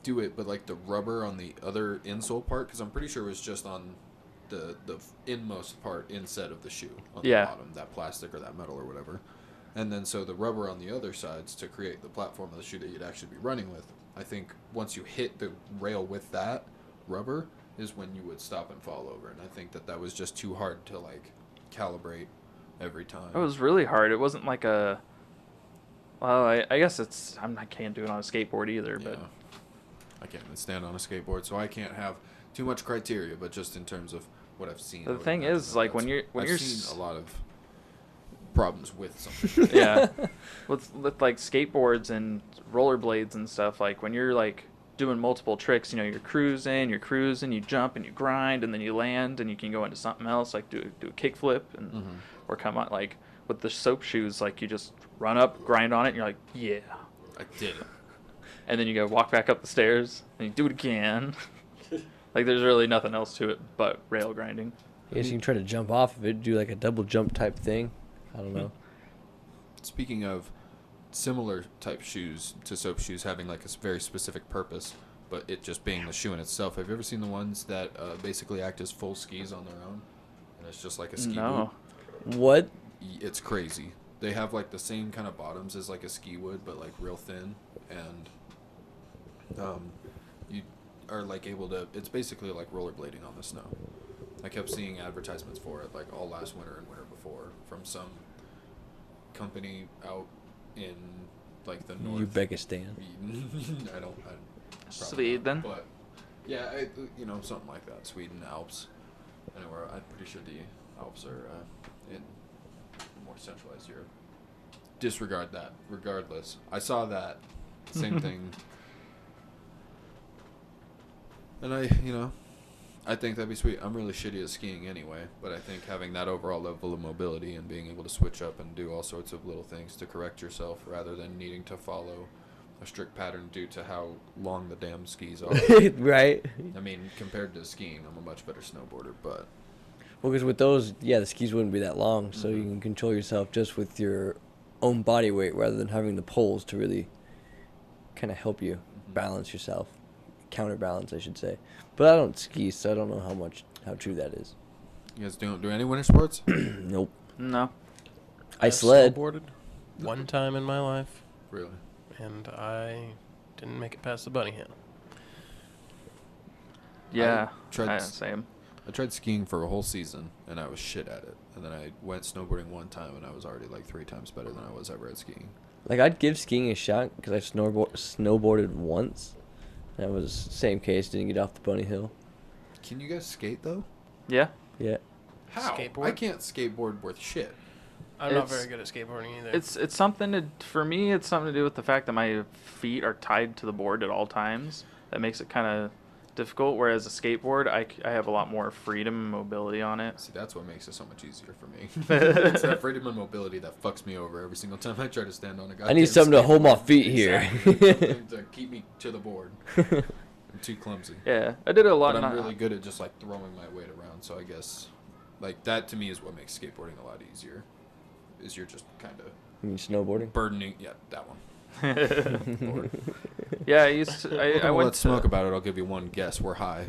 do it, but like the rubber on the other insole part, because I'm pretty sure it was just on the the inmost part instead of the shoe on Yeah. the bottom, that plastic or that metal or whatever. And then so the rubber on the other sides to create the platform of the shoe that you'd actually be running with. I think once you hit the rail with that rubber is when you would stop and fall over. And I think that that was just too hard to like calibrate every time. It was really hard. It wasn't like a. Well, I, I guess it's I'm, I can't do it on a skateboard either, Yeah. but I can't even stand on a skateboard, so I can't have too much criteria. But just in terms of what I've seen, The I would thing imagine is, that like, when that's- you're- when I've you're s- seen a lot of problems with something. yeah with, with like skateboards and rollerblades and stuff like when you're like doing multiple tricks you know you're cruising you're cruising you jump and you grind and then you land and you can go into something else like do, do a kickflip and Mm-hmm. or come on like with the soap shoes like you just run up grind on it and you're like yeah I did it. and then you go walk back up the stairs and you do it again like there's really nothing else to it but rail grinding Yes, you can try to jump off of it, do like a double jump type thing. I don't know. Speaking of similar type shoes to soap shoes having like a s- very specific purpose, but it just being the shoe in itself. Have you ever seen the ones that uh, basically act as full skis on their own? And it's just like a ski no boot. What y- it's crazy. They have like the same kind of bottoms as like a ski would, but like real thin, and um, you are like able to. It's basically like rollerblading on the snow. I kept seeing advertisements for it like all last winter and winter before from some company out in like the north. Uzbekistan. I don't. I, probably Sweden. not, But yeah, I, you know, something like that. Sweden, Alps, anywhere. I'm pretty sure the Alps are uh, in more centralized Europe. Disregard that. Regardless, I saw that same thing, and I, you know, I think that'd be sweet. I'm really shitty at skiing anyway, but I think having that overall level of mobility and being able to switch up and do all sorts of little things to correct yourself rather than needing to follow a strict pattern due to how long the damn skis are. right? I mean, compared to skiing, I'm a much better snowboarder, but Well, because with those, yeah, the skis wouldn't be that long, so you Mhm. can control yourself just with your own body weight rather than having the poles to really kind of help you Mhm. balance yourself, counterbalance, I should say. But I don't ski, so I don't know how much how true that is. you guys don't do any winter sports? nope. No. I I've sled. snowboarded one time in my life, really? and I didn't make it past the bunny hill. Yeah. tried I, s- same. I tried skiing for a whole season and I was shit at it. And then I went snowboarding one time and I was already like three times better than I was ever at skiing. Like I'd give skiing a shot because I snowboard snowboarded once. That was same case. Didn't get off the bunny hill. Can you guys skate though? Yeah. Yeah. How? I Skateboard? can't skateboard worth shit. I'm not It's- very good at skateboarding either. It's it's something to for me. It's something to do with the fact that my feet are tied to the board at all times. That makes it kind of difficult. Whereas a skateboard, I, c- I have a lot more freedom and mobility on it. See, that's what makes it so much easier for me. it's that freedom and mobility that fucks me over every single time I try to stand on a guy. I need something to hold my feet here. to keep me to the board. I'm too clumsy. Yeah, I did a lot. But I'm not- really uh, good at just like throwing my weight around. So I guess, like that to me is what makes skateboarding a lot easier. Is you're just kind of You mean snowboarding. burdening. Yeah, that one. Lord. yeah, I used to. We're I, I gonna went let to, smoke about it. I'll give you one guess. We're high.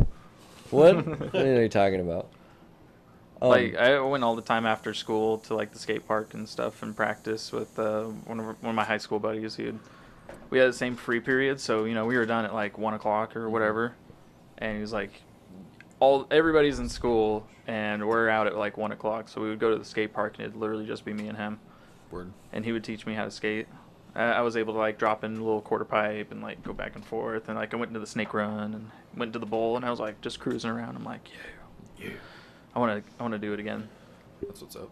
What? what are you talking about? Um, like I went all the time after school to like the skate park and stuff and practice with uh, one of one of my high school buddies. He had, we had the same free period, so you know we were done at like one o'clock or whatever, and he was like, all everybody's in school and we're out at like one o'clock, so we would go to the skate park and it'd literally just be me and him, Word. and he would teach me how to skate. I, I was able to like drop in a little quarter pipe and like go back and forth, and like I went into the snake run and went to the bowl, and I was like just cruising around. I'm like, yeah, Yeah. I want to I want to do it again. That's what's up.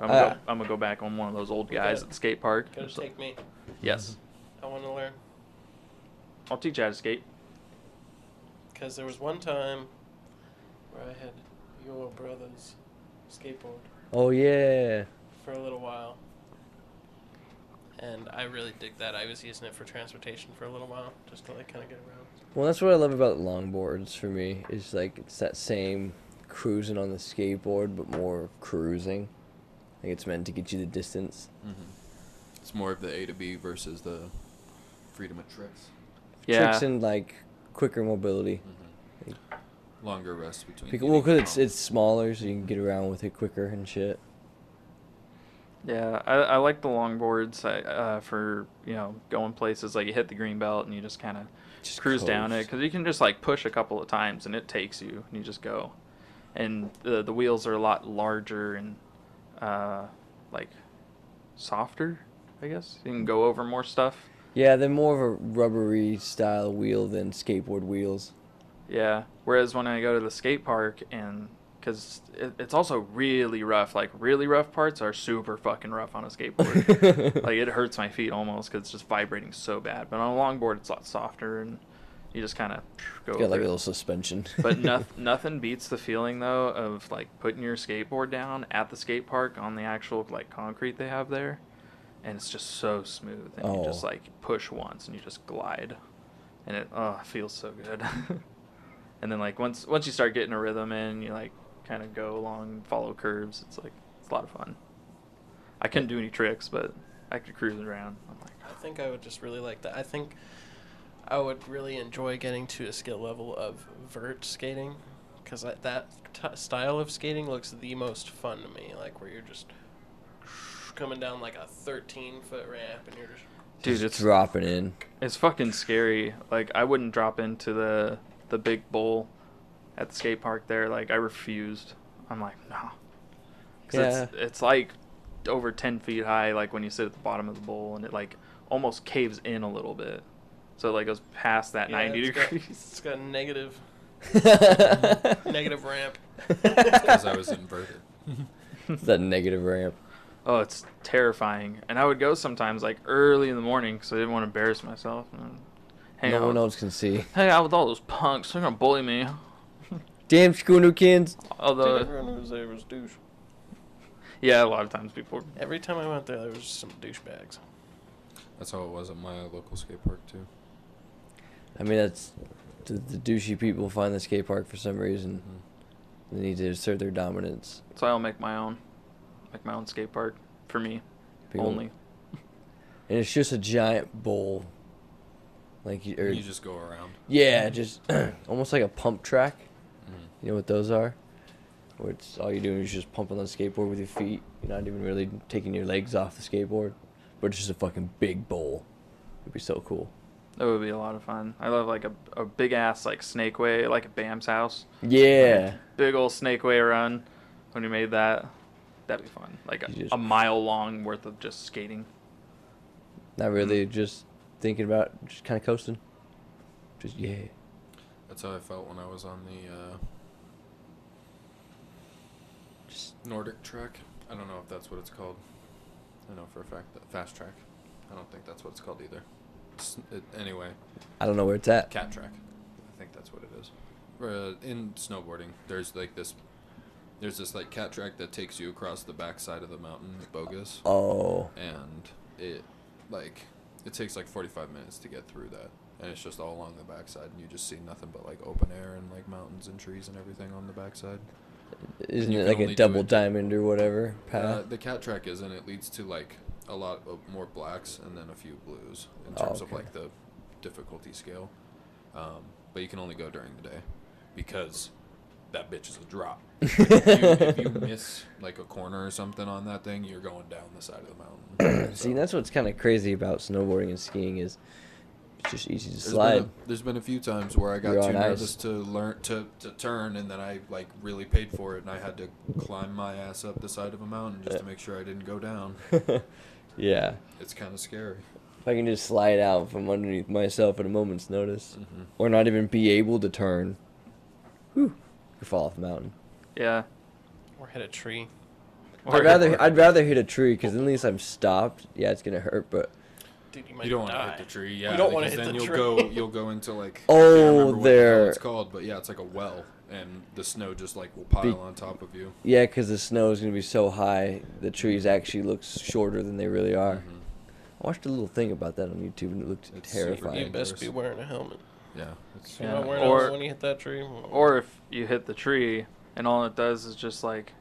I'm gonna, Uh, go, I'm gonna go back on one of those old guys at the skate park. gonna take me. Yes, I want to learn. I'll teach you how to skate. Because there was one time where I had your brother's skateboard oh yeah. for a little while. And I really dig that. I was using it for transportation for a little while, just to like kind of get around. Well, that's what I love about longboards for me. Is like it's that same cruising on the skateboard, but more cruising. Like it's meant to get you the distance. Mm-hmm. It's more of the A to B versus the freedom of tricks. Yeah, Tricks and like quicker mobility. Mm-hmm. Longer rests between. Because, well, eating because and it's home. it's smaller, so you can get around with it quicker and shit. yeah. I, I like the longboards I, uh, for you know going places like you hit the green belt and you just kind of Just cruise down it coast. because you can just like push a couple of times and it takes you and you just go. And the the wheels are a lot larger and uh, like softer, I guess. You can go over more stuff. Yeah, they're more of a rubbery style wheel than skateboard wheels. Yeah. Whereas when I go to the skate park and because it, it's also really rough, like really rough parts are super fucking rough on a skateboard. like it hurts my feet almost because it's just vibrating so bad. But on a longboard, it's a lot softer and you just kind of go. It's got like over a it. little suspension. but noth- nothing beats the feeling though of like putting your skateboard down at the skate park on the actual like concrete they have there, and it's just so smooth and you just Oh. like push once and you just glide, and it oh it feels so good. and then like once once you start getting a rhythm in, you like kind of go along, follow curves. It's like it's a lot of fun. I couldn't do any tricks, but I could cruise around. I'm like, I think I would just really like that. I think I would really enjoy getting to a skill level of vert skating because that t- style of skating looks the most fun to me. Like where you're just coming down like a 13 foot ramp, and you're just Dude, Just it's dropping in. it's fucking scary. Like I wouldn't drop into the the big bowl at the skate park there. Like I refused. I'm like no. 'Cause it's, it's like over 10 feet high like when you sit at the bottom of the bowl and it like almost caves in a little bit so like goes past that Yeah, 90 it's got- degrees it's got a negative negative ramp. because Mm-hmm. I was inverted. that negative ramp. oh it's terrifying and i would go sometimes like early in the morning because i didn't want to embarrass myself and hang no out one else can see. hang out with all those punks they're gonna bully me Damn schoonerkins. although Dude, everyone who was there was douche. yeah a lot of times people Every time I went there, there was some douchebags. That's how it was at my local skate park too. I mean, that's the, the douchey people find the skate park for some reason. Mm-hmm. They need to assert their dominance. so i'll make my own make my own skate park for me People- only And it's just a giant bowl. Like you, or, You just go around. yeah, just almost like a pump track. Mm-hmm. You know what those are? Where it's all you're doing is just pumping on the skateboard with your feet. You're not even really taking your legs off the skateboard, but it's just a fucking big bowl. It'd be so cool. that would be a lot of fun i love like a, a big ass like snake way like a bam's house Yeah. big old snake way run when you made that that'd be fun like a, You just- a mile long worth of just skating Not really. Mm-hmm. Just thinking about just kind of coasting. Just yeah. That's how I felt when I was on the uh, Just Nordic track. I don't know if that's what it's called. I know for a fact that fast track. I don't think that's what it's called either. It's, it, anyway, I don't know where it's at. cat track. I think that's what it is. Uh, in snowboarding, there's like this. There's this like cat track that takes you across the backside of the mountain, bogus, Oh. and it like it takes like 45 minutes to get through that, and it's just all along the backside, and you just see nothing but like open air and like mountains and trees and everything on the backside. Isn't you it can like only a do double it- diamond or whatever Uh, path? the cat track is, and it leads to like a lot of more blacks and then a few blues in Oh, terms of okay. like the difficulty scale. Um, but you can only go during the day because that bitch is a drop. if, you, if you miss like a corner or something on that thing, you're going down the side of the mountain. See, that's what's kind of crazy about snowboarding and skiing is it's just easy to There's slide. Been a, there's been a few times where I got You're too on nervous ice. to learn to, to turn, and then I like really paid for it, and I had to climb my ass up the side of a mountain just to make sure I didn't go down. yeah. It's kind of scary. If I can just slide out from underneath myself at a moment's notice, or not even be able to turn, whew, you fall off the mountain. yeah Or hit a tree. I'd rather I'd rather hit a tree because at least I'm stopped. Yeah, it's gonna hurt, but Dude, you might You don't want die. to hit the tree. Yeah, don't wanna because hit then the you'll tree. go. You'll go into like. I can't Oh, remember what the hell there. It's called, but yeah, it's like a well, and the snow just like will pile Be- on top of you. yeah, because the snow is gonna be so high, the trees actually look shorter than they really are. I watched a little thing about that on YouTube and it looked Mm-hmm. It's super You terrifying. dangerous. best be wearing a helmet. Yeah, it's, You're Yeah. not wearing a Or- helmet when you hit that tree. or if you hit the tree and all it does is just like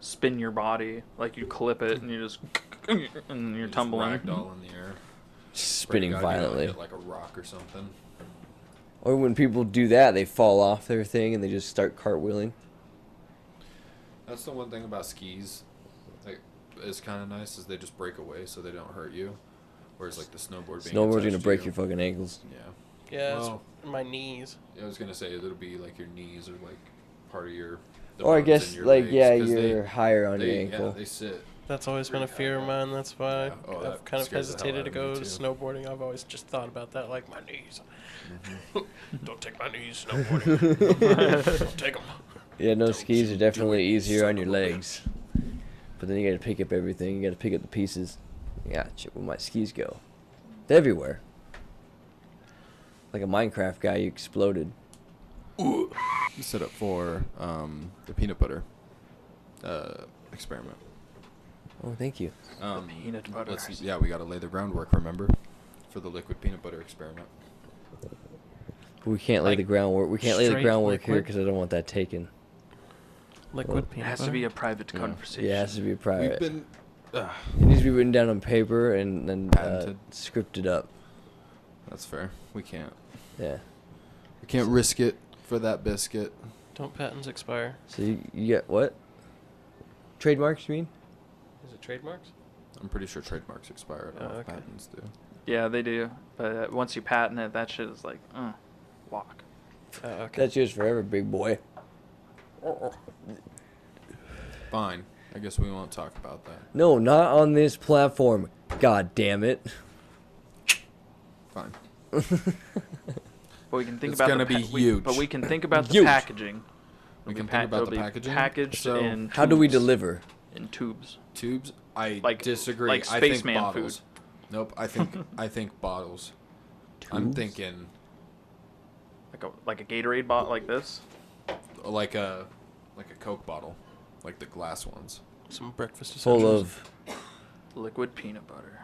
spin your body like you clip it and you just and you're just tumbling ragdoll in the air, Spinning Pray to God you don't violently. hit, like a rock or something. Or when people do that, they fall off their thing and they just start cartwheeling. That's the one thing about skis, like, is kind of nice is they just break away so they don't hurt you, whereas like the snowboard. Being attached Snowboard's gonna to break you- your fucking ankles. Yeah, yeah, it's Well- my knees. I was gonna say it'll be like your knees or like part of your. the Or bones I in guess your like legs, yeah, 'cause they- you're higher on your They, yeah, ankle. they sit That's always been a Pretty fear of high. mine. That's why Yeah. Oh, I've that kind of scares the hell hesitated to out go of to me, snowboarding. I've always just thought about that, like my knees. Mm-hmm. don't take my knees snowboarding. don't take them. yeah, no skis are definitely easier on your legs. But then you gotta pick up everything. You gotta pick up the pieces. Yeah, shit, where my skis go? They're everywhere. Like a Minecraft guy, you exploded. set up for um, the peanut butter uh, experiment. Oh, thank you. Um, peanut butter. let's- yeah, we got to lay the groundwork. Remember, for the liquid peanut butter experiment. But we can't lay the Like, groundwork. We can't lay the straight groundwork here 'cause here because liquid? I don't want that taken. Liquid it peanut has to butter? be a private conversation Yeah, it has to be private. We've been. Uh, It needs to be written down on paper and then uh, Patented. scripted up. that's fair. We can't. Yeah. We can't risk it for that biscuit. Don't patents expire? So you, you get what? Trademarks, you mean? Is it trademarks? I'm I'm pretty sure trademarks expire. I don't know Oh, if okay. patents do. Yeah, they do. But uh, once you patent it, that shit is like, mm, lock. Oh, okay. That's yours forever, big boy. Fine. I guess we won't talk about that. No, not on this platform. God damn it. Fine. But we can think It's about gonna the be we- huge. but we can think about the Huge. packaging. We It'll can be think about it'll the be packaging. Packaged So, in How do we tubes- deliver? in tubes? Tubes? I Like- disagree. like I think spaceman food. bottles. Nope. I think I think bottles. I'm Tubes? thinking Like a like a Gatorade bot like this. like a like a Coke bottle, like the glass ones. Some breakfast Full essentials. of. Liquid peanut butter.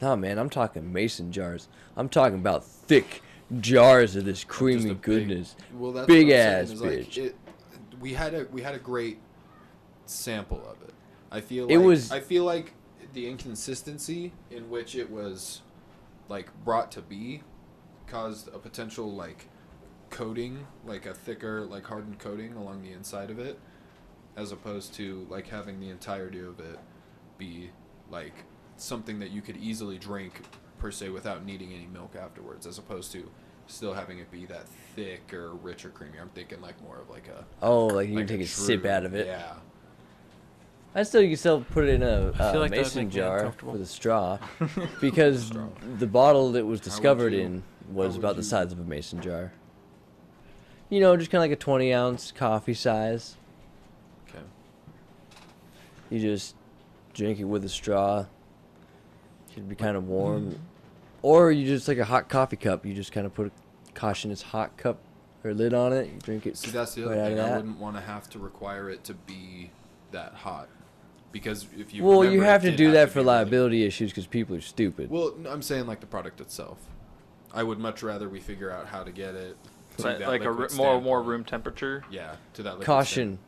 Nah, man, I'm talking mason jars. I'm talking about thick jars of this Just creamy a big- goodness. well, that's big what I'm saying, ass is, bitch. it, we had a we had a great sample of it. I feel like, It was- I feel like the inconsistency in which it was like brought to be caused a potential like coating, like a thicker, like hardened coating along the inside of it, as opposed to like having the entirety of it be like something that you could easily drink per se without needing any milk afterwards, as opposed to still having it be that thick or rich or creamy. I'm thinking like more of like a Oh, like you like can take a true- sip out of it. Yeah, I still you can still put it in a uh, I feel like that would mason make me jar uncomfortable. with a straw, because Straw. the bottle that was discovered you- in how was would about the you- size of a mason jar. You know, just kind of like a twenty ounce coffee size. okay. You just drink it with a straw. Should be kind of warm, or you just like a hot coffee cup. You just kind of put a cautionous hot cup or lid on it. You drink it. See, that's the right other out of thing. I that. wouldn't want to have to require it to be that hot, because if you Well, you remember, it have to did do that to for be really- liability issues because people are stupid. Well, n- I'm saying like the product itself. I would much rather we figure out how to get it to Like, that like a liquid ri- more more standpoint. room temperature. Yeah, to that liquid Caution,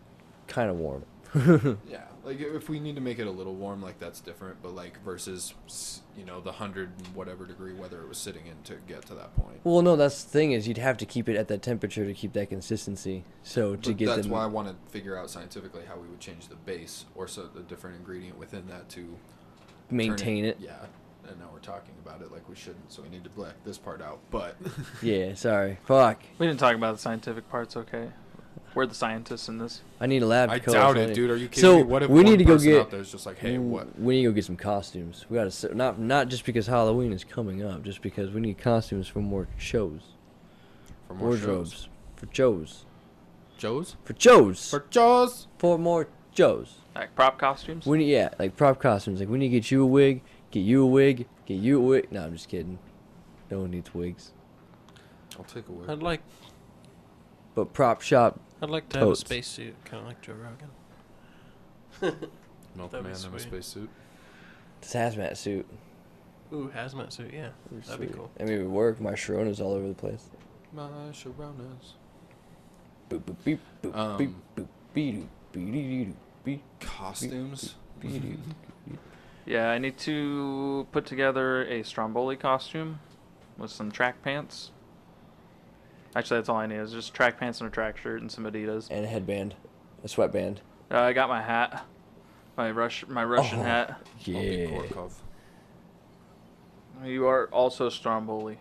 kind of warm. stand- Yeah, like if we need to make it a little warm, like that's different. But like versus, s- you know, the hundred and whatever degree weather it was sitting in to get to that point. Well, no, that's the thing is you'd have to keep it at that temperature to keep that consistency. So to But get that's them, why I want to figure out scientifically how we would change the base or so the different ingredient within that to turn maintain it. Yeah, and now we're talking about it like we shouldn't, so we need to black this part out. But Yeah. sorry. Fuck. We didn't talk about the scientific parts. Okay, we're the scientists in this. I need a lab I coat or doubt it, something. dude. Are you kidding so me? What if we one need to go person get out there's just like, hey, what? We need to go get some costumes. We gotta se- not not just because Halloween is coming up, just because we need costumes for more shows, For wardrobes, for shows, Joe's? for shows, For for, Joe's? more shows. Like prop costumes. We need yeah, like prop costumes. Like we need to get you a wig, get you a wig, get you a wig. No, I'm just kidding. No one needs wigs. I'll take a I'd like But prop shop I'd like to have a Totes. spacesuit, kind of like Joe Rogan. Milkman That'd be in a sweet. spacesuit. this hazmat suit. Ooh, hazmat suit. Yeah, Pretty that'd be sweet. cool. I mean, it would work. My Sharona's all over the place. My Sharonas. Boop, boop, beep, boop, beep, Um, boop, beep, beep, beep, beep, Costumes? beep, beep. Yeah, I need to put together a Stromboli costume with some track pants. Actually, that's all I need is just track pants and a track shirt and some Adidas. and a headband, a sweatband. Uh, I got my hat, my Rush, my Russian Oh. hat. I'll be Yeah. Korkov. You are also Stromboli.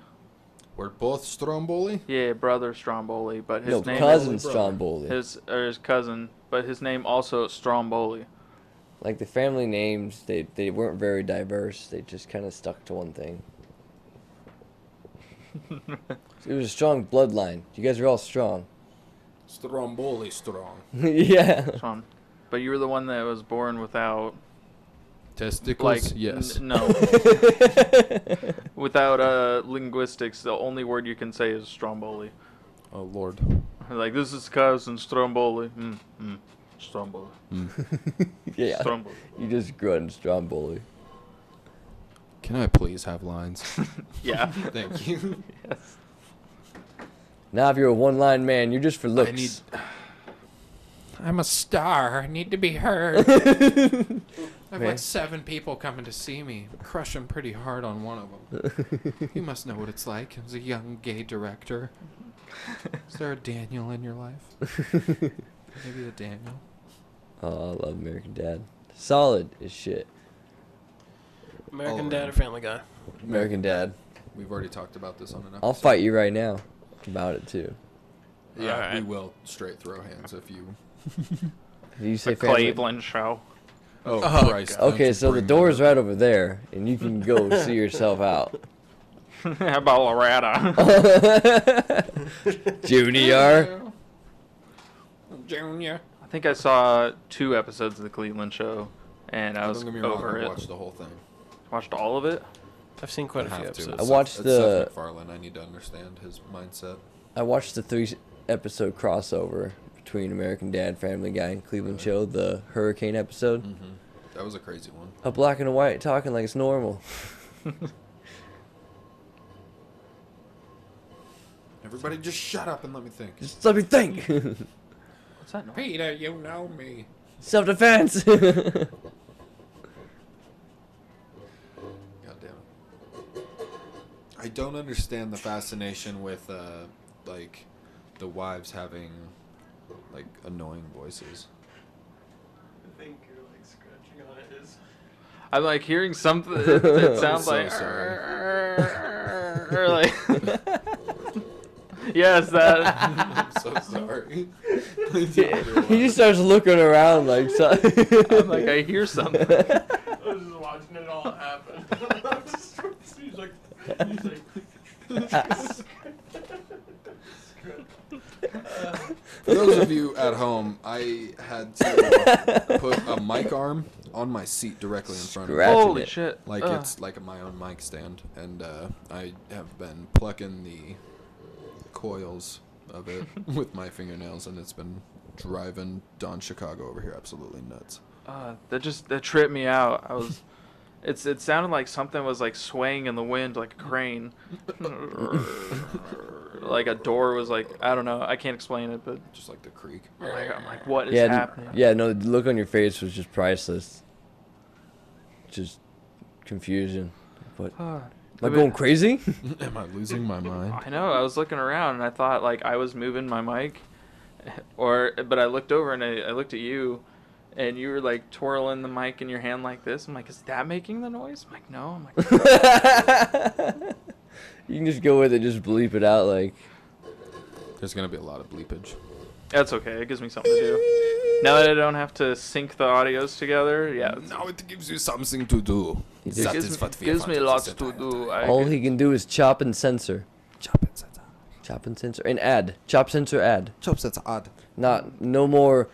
We're both Stromboli? Yeah, brother Stromboli, but his No, name cousin is- Stromboli. his or his cousin, but his name also Stromboli. like the family names, they they weren't very diverse. They just kind of stuck to one thing. it was a strong bloodline. You guys are all strong. Stromboli strong. yeah. Strom- But you were the one that was born without like Testicles? yes. n- no without uh linguistics. The only word you can say is Stromboli. oh, Lord. Like this is cousin Stromboli. Mm, mm, Stromboli. yeah. Stromboli. You just grunt Stromboli. Can I please have lines? Yeah. Thank you. yes. Now, if you're a one-line man, you're just for looks. I need. I'm a star. I need to be heard. I've Man. had seven people coming to see me. Crushing pretty hard on one of them. you must know what it's like as a young gay director. Mm-hmm. Is there a Daniel in your life? Maybe a Daniel. Oh, I love American Dad. Solid as shit. American all Dad around. or Family Guy? American Dad. We've already talked about this on an episode. I'll fight you right now about it too. Yeah, All right. we will straight throw hands if you. If you say The family- Cleveland show. Oh, Oh, Christ! don't Okay, you so the bring that door's up. right over there, and you can go see yourself out. How about Loretta? Junior. Junior. I think I saw two episodes of the Cleveland show, and I was Don't get me wrong, over I've it. watched the whole thing. Watched all of it. I've seen quite a few have to. episodes. I watched It's the- Seth MacFarlane. I need to understand his mindset. I watched the three episode crossover between American Dad, Family Guy, and Cleveland Show, the hurricane episode. That was a crazy one. A black and a white talking like it's normal. Everybody, just shut up and let me think. Just let me think. What's that noise? Peter, you know me. Self defense. God damn it. I don't understand the fascination with uh, like the wives having like annoying voices. I think you're like scratching on it is. I'm like hearing something that sounds so like. sorry. or like yes, that. I'm so sorry. he just starts looking around like. So- I'm like I hear something. I was just watching it all happen. he's like, he's like. For those of you at home, I had to put a mic arm on my seat directly in front of me. Scratch. Holy it. shit! Like Ugh. it's like my own mic stand, and uh, I have been plucking the coils of it with my fingernails, and it's been driving Don Chicago over here absolutely nuts. Uh, that just that tripped me out. I was, it's it sounded like something was like swaying in the wind like a crane, like a door was like I don't know I can't explain it, but Just like the creek. I'm like, I'm like what is yeah, happening? th- yeah. No, the look on your face was just priceless. Just confusion. What? Am Ah, I but- going crazy? Am I losing my mind? I know. I was looking around and I thought like I was moving my mic, or but I looked over and I, I looked at you, and you were like twirling the mic in your hand like this. I'm like, is that making the noise? I'm like, no. I'm like, you can just go with it, just bleep it out like. There's gonna be a lot of bleepage. that's okay. It gives me something to do. Now that I don't have to sync the audios together, yeah, it's- Now it gives you something to do. It That Mm-hmm. is gives me, what we gives me wanted lots say. to do. I All could- he can do is chop and censor. Chop it, that's all. Chop and censor. And add. Chop, censor, add. Chop that's odd. Not no more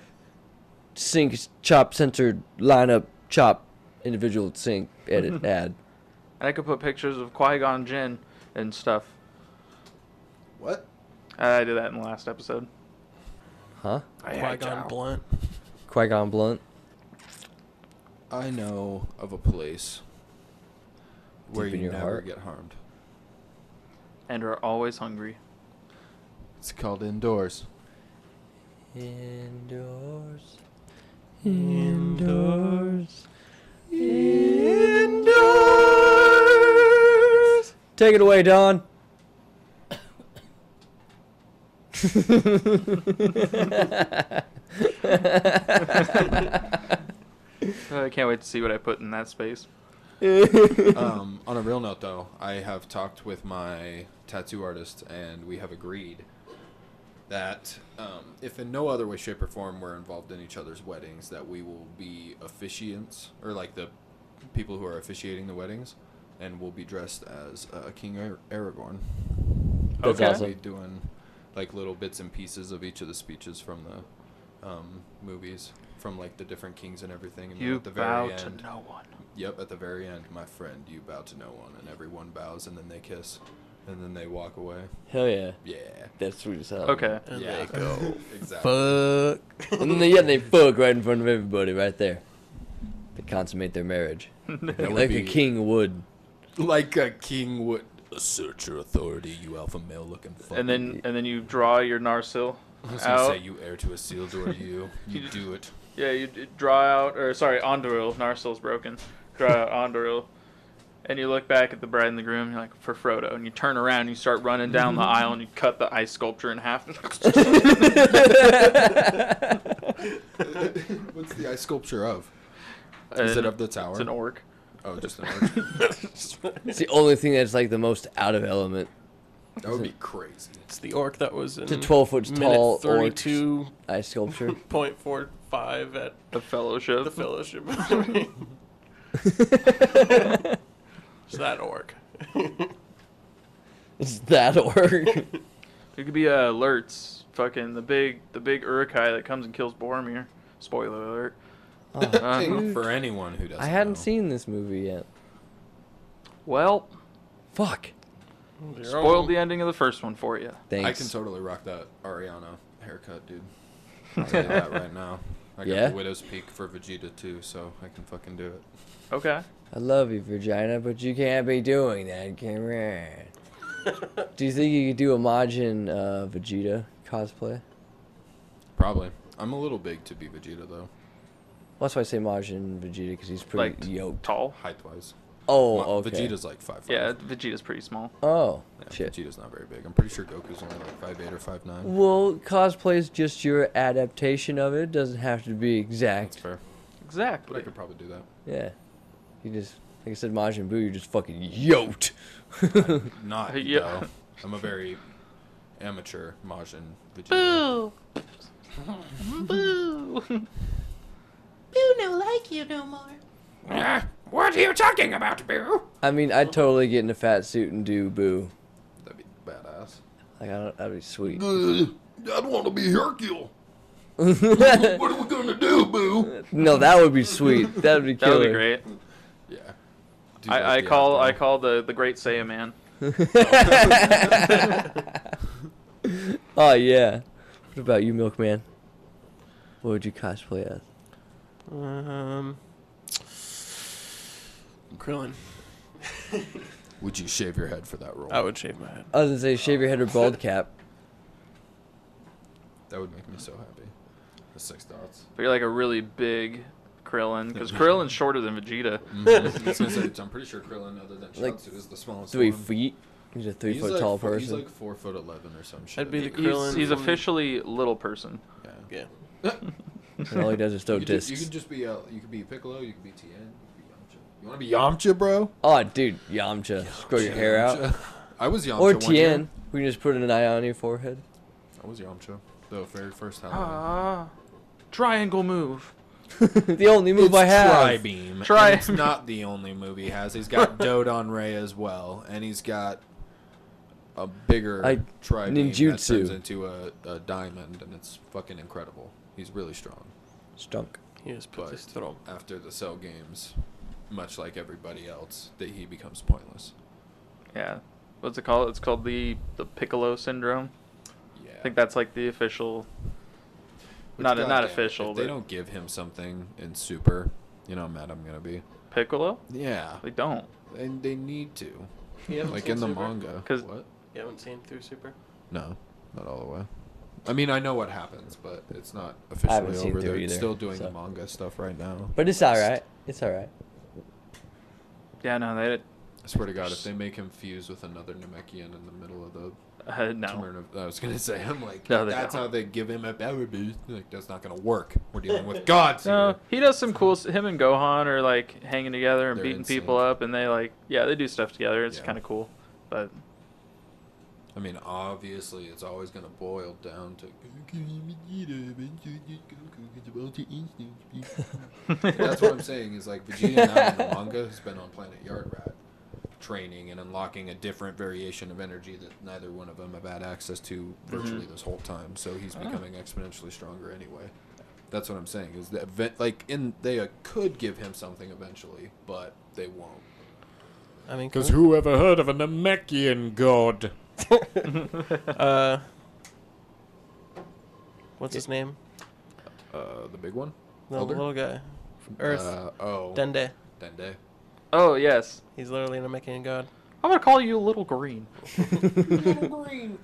sync, chop, censor, lineup, chop, individual, sync, edit, add. and I could put pictures of Qui Gon Jinn and stuff. Uh, What? I did that in the last episode. Huh? Qui Gon Blunt. Qui Gon Blunt. I know of a place where Deep in you your never heart. get harmed. And are always hungry. It's called indoors. Indoors. Indoors. Indoors. Take it away, Don. Uh, I can't wait to see what I put in that space. um, on a real note, though, I have talked with my tattoo artist, and we have agreed that um, if in no other way, shape, or form we're involved in each other's weddings, that we will be officiants or like the people who are officiating the weddings, and we'll be dressed as uh, King Ar- Aragorn. That's We'll be Okay. awesome. doing like little bits and pieces of each of the speeches from the um, movies, from like the different kings and everything. And then You at the bow very to end, no one. Yep, at the very end, my friend, you bow to no one, and everyone bows, and then they kiss, and then they walk away. Hell yeah. Yeah. That's sweet as Oh, hell. Okay. And yeah. they go. Exactly. Fuck. And then, yeah, they fuck right in front of everybody, right there. They consummate their marriage. That would like a be- king would. Like a king would assert your authority, you alpha male looking fuck. And then and then you draw your Narsil I was gonna out. say you heir to a sealed door, you you do it. Yeah, you d- draw out or sorry, Ondoril. Narsil's broken. Draw out Ondoril. And you look back at the bride and the groom, you're like, for Frodo. And you turn around, and you start running down the aisle, and you cut the ice sculpture in half. What's the ice sculpture of? Is And it of the tower? It's an orc. Oh, just an orgy. It's the only thing that's like the most out of element. that would be crazy. It's the orc that was in It's a 12 foot tall minute orc. thirty-two Ice sculpture. point four five at The Fellowship. the fellowship. it's that orc. it's that orc. it could be uh, Lurtz, fucking the big, the big Urukai that comes and kills Boromir. Spoiler alert. Uh, Thing for anyone who doesn't. I hadn't know. seen this movie yet. well, Fuck. Oh. spoiled the ending of the first one for you. Thanks. I can totally rock that Ariana haircut, dude. I'll tell you that right now. I got Yeah? the widow's peak for Vegeta too, so I can fucking do it. Okay. I love you, vagina, but you can't be doing that, Cameron. do you think you could do a Majin uh, Vegeta cosplay? Probably. I'm a little big to be Vegeta though, Well, that's why I say Majin Vegeta because he's pretty Like- yoked. Tall. height wise. Oh, okay. Vegeta's like five. Yeah, Vegeta's pretty small. Oh, shit. Vegeta's not very big. I'm pretty sure Goku's only like five eight or five nine. Well, cosplay is just your adaptation of it. It doesn't have to be That's exact. fair. But I Exactly. could probably do that. Yeah. You just, like I said, Majin Buu, you're just fucking yoked. Not Yeah. yeah. I'm a very amateur Majin Vegeta. Boo! Boo no like you no more. Ah, what are you talking about, Boo? I mean, I'd totally get in a fat suit and do Boo. That'd be badass. Like, I don't, that'd be sweet. I don't want to be Hercule. what are we gonna do, Boo? No, that would be sweet. That'd be That killer. would be great. Yeah. Do like I, I the call I actor. call the the Great Saiyan Man. Oh yeah. What about you, Milkman? What would you cosplay as? Um, Krillin. Would you shave your head for that role? I Oh. would shave my head. I was gonna say shave your head or bald cap. That would make me so happy. The six dots. But you're like a really big Krillin, because Krillin's shorter than Vegeta. Mm-hmm. I was gonna say, I'm pretty sure Krillin, other than Like, Chiaotzu, is the smallest Three one. feet. He's a three He's foot like tall four- person. He's like four foot eleven or some shit. That'd be the He's, Krillin. he's officially little person. Yeah. Yeah. and all he does is throw You could, just, discs. you could just be uh, you could be Piccolo, you could be Tien, you could be Yamcha. You want to be Yamcha, bro? Oh, dude, Yamcha, grow your hair out. Yamcha. I was Yamcha. Or one year. Tien. We can just put an eye on your forehead. I was Yamcha. The very first time. Ah, triangle move. the only move I have. Tri-beam. Tri- and It's not the only movie he has. He's got Dodon Ray as well, and he's got a bigger I- tri-beam that ninjutsu. turns into a, a diamond, and it's fucking incredible. He's really strong. Stunk. He just put But- his throat. After the Cell games, much like everybody else, that he becomes pointless. Yeah, what's it called? It's called the the Piccolo syndrome. Yeah. I think that's like the official. Which, not not goddamn, official, If they but don't give him something in Super, you know how mad I'm gonna be. Piccolo. Yeah, They don't. and they need to, You haven't like seen in the Super? manga. 'Cause- what? You haven't seen through Super? No, not all the way. I mean, I know what happens, but it's not officially seen over. through They're either, still doing so. the manga stuff right now. But it's alright. It's alright. Yeah, no, they. I swear to God, if they make him fuse with another Namekian in the middle of the Uh, no. turn of, I was gonna say, I'm like, No, they that's don't. how they give him a power boost. Like, that's not gonna work. We're dealing with gods No, here. he does some cool. s- Him and Gohan are like hanging together and They're beating in people sync. up, and they like yeah, they do stuff together. It's Yeah. kind of cool, but I mean, obviously, it's always gonna boil down to. that's what I'm saying. Is like Vegeta now in the manga has been on Planet Yardrat, training and unlocking a different variation of energy that neither one of them have had access to Mm-hmm. virtually this whole time. So Ah. he's becoming exponentially stronger anyway. That's what I'm saying. Is that event like in they uh, could give him something eventually, but they won't. I mean, Because who ever heard of a Namekian god? Uh, what's his name? Uh, the big one, The Elder? little guy. From Earth. Uh, oh, Dende. Dende. oh yes, He's literally an Namekian god. I'm gonna call you Little Green.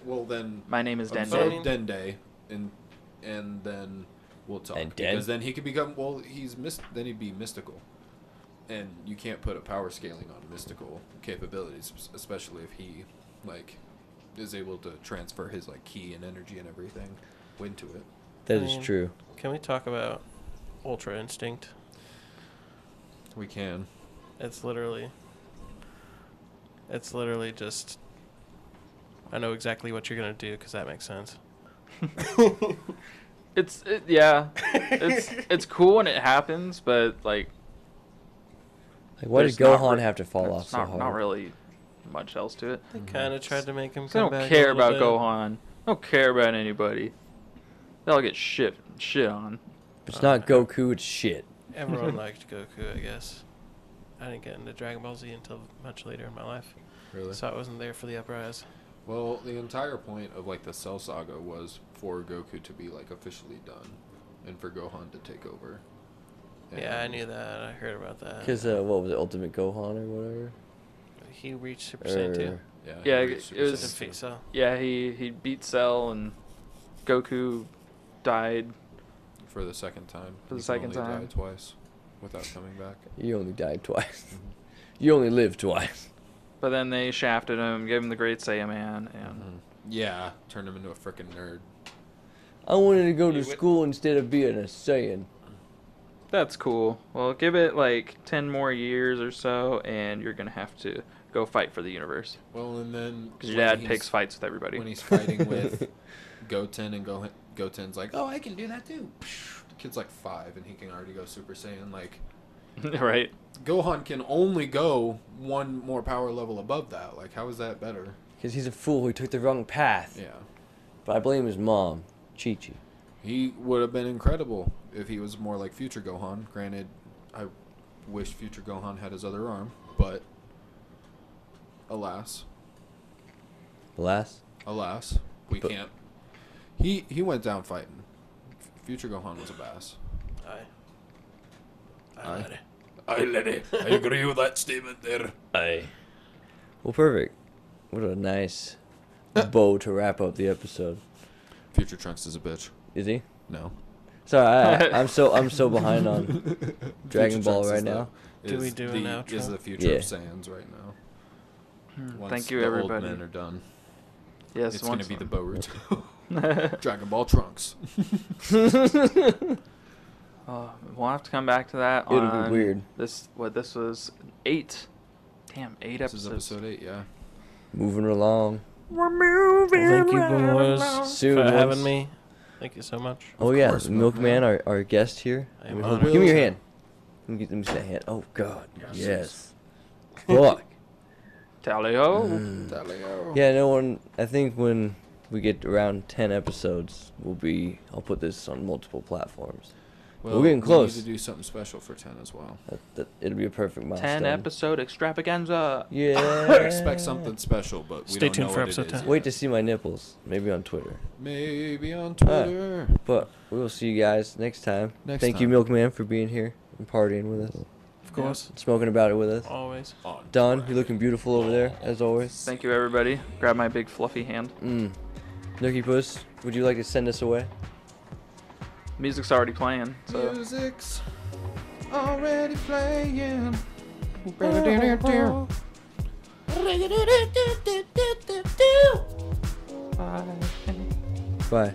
Well then, My name is Dende. Dende. Dende, and and then we'll talk And dead? because then he could become well. He's myst- then he'd be mystical, and you can't put a power scaling on mystical capabilities, es- especially if he like is able to transfer his like key and energy and everything into it. That is Mm. true. Can we talk about Ultra Instinct? We can. It's literally. It's literally just. I know exactly what you're gonna do because that makes sense. It's it, yeah, it's it's cool when it happens, but like Like, why did There's not Gohan re- have to fall off there's so not, hard? not really much else to it. They kind of tried to make him. They Come don't back a care little about bit. Gohan. They don't care about anybody. They'll get shit shit on. It's not Goku. It's shit. Everyone liked Goku, I guess. I didn't get into Dragon Ball Z until much later in my life, Really? so I wasn't there for the uprise. Well, the entire point of like the Cell Saga was for Goku to be like officially done, and for Gohan to take over. Yeah, I And- knew that. I heard about that. Because uh, what was it, Ultimate Gohan or whatever? he reached Super Saiyan two. Or- Yeah, Yeah, he it- Super it to was- Saiyan defeat two. Cell. Yeah, he he beat Cell and Goku died. for the second time. For the He can second only time. die twice, without coming back. You only died twice. you only lived twice. But then they shafted him, gave him the Great Saiyaman, and Mm-hmm. Mhm. Yeah, turned him into a freaking nerd. I wanted to go You to would- school instead of being a Saiyan. that's cool. Well, give it like ten more years or so, and you're gonna have to go fight for the universe Well, and then because your when dad he's- picks fights with everybody. when he's fighting with Goten and Go- Goten's like, oh, I can do that too. The kid's like five and he can already go Super Saiyan. Like right? Gohan can only go one more power level above that. Like how is that better? Because he's a fool who took the wrong path. Yeah, But I blame his mom, Chi Chi. he would have been incredible if he was more like Future Gohan. Granted, I wish Future Gohan had his other arm, but alas, Alas. alas, we But- can't. He he went down fighting. F- Future Gohan was a bass. I. Aye. I had it. I let it. I agree with that statement there. Aye. Well, perfect. What a nice bow to wrap up the episode. Future Trunks is a bitch. Is he? No. Sorry, I, I'm so I'm so behind on Dragon Future Ball Trunks right is the- now. is Do we do the, an outro? Is the future Yeah. of Saiyans right now? Hmm. Once Thank you, the everybody. Old men are done. Yes, it's gonna once- be the Boruto. Dragon Ball Trunks. Uh, we'll have to come back to that. It'll be on weird. This what this was eight. Damn, eight this episodes. is episode eight. Yeah. Moving along. We're moving. Thank you, right boys. along. Soon. for once- having me. Thank you so much. Oh yeah, course, Milkman, Milkman. our, our guest here. I Let am me hold- honored. Give me your hand. Let me, get- let me see that hand. Oh God, yes. Fuck. Tally ho. Yeah, no one. I think when we get around ten episodes, we'll be. I'll put this on multiple platforms. Well, getting close. Uh, We need to do something special for ten as well. That, that it'll be a perfect milestone. Ten episode extravaganza. Yeah. Expect something special, but we Stay don't tuned know for what episode it is 10. yet. Wait to see my nipples. Maybe on Twitter. Maybe on Uh. Twitter. But we will see you guys next time. Next Thank you, time. Milkman, for being here and partying with us, Of course. smoking about it with us. Always. on Don, you're looking beautiful over there as always. Thank you, everybody. Grab my big fluffy hand. Mm. Nookie Puss, would you like to send us away? Music's already playing, so Music's already playing. Bye.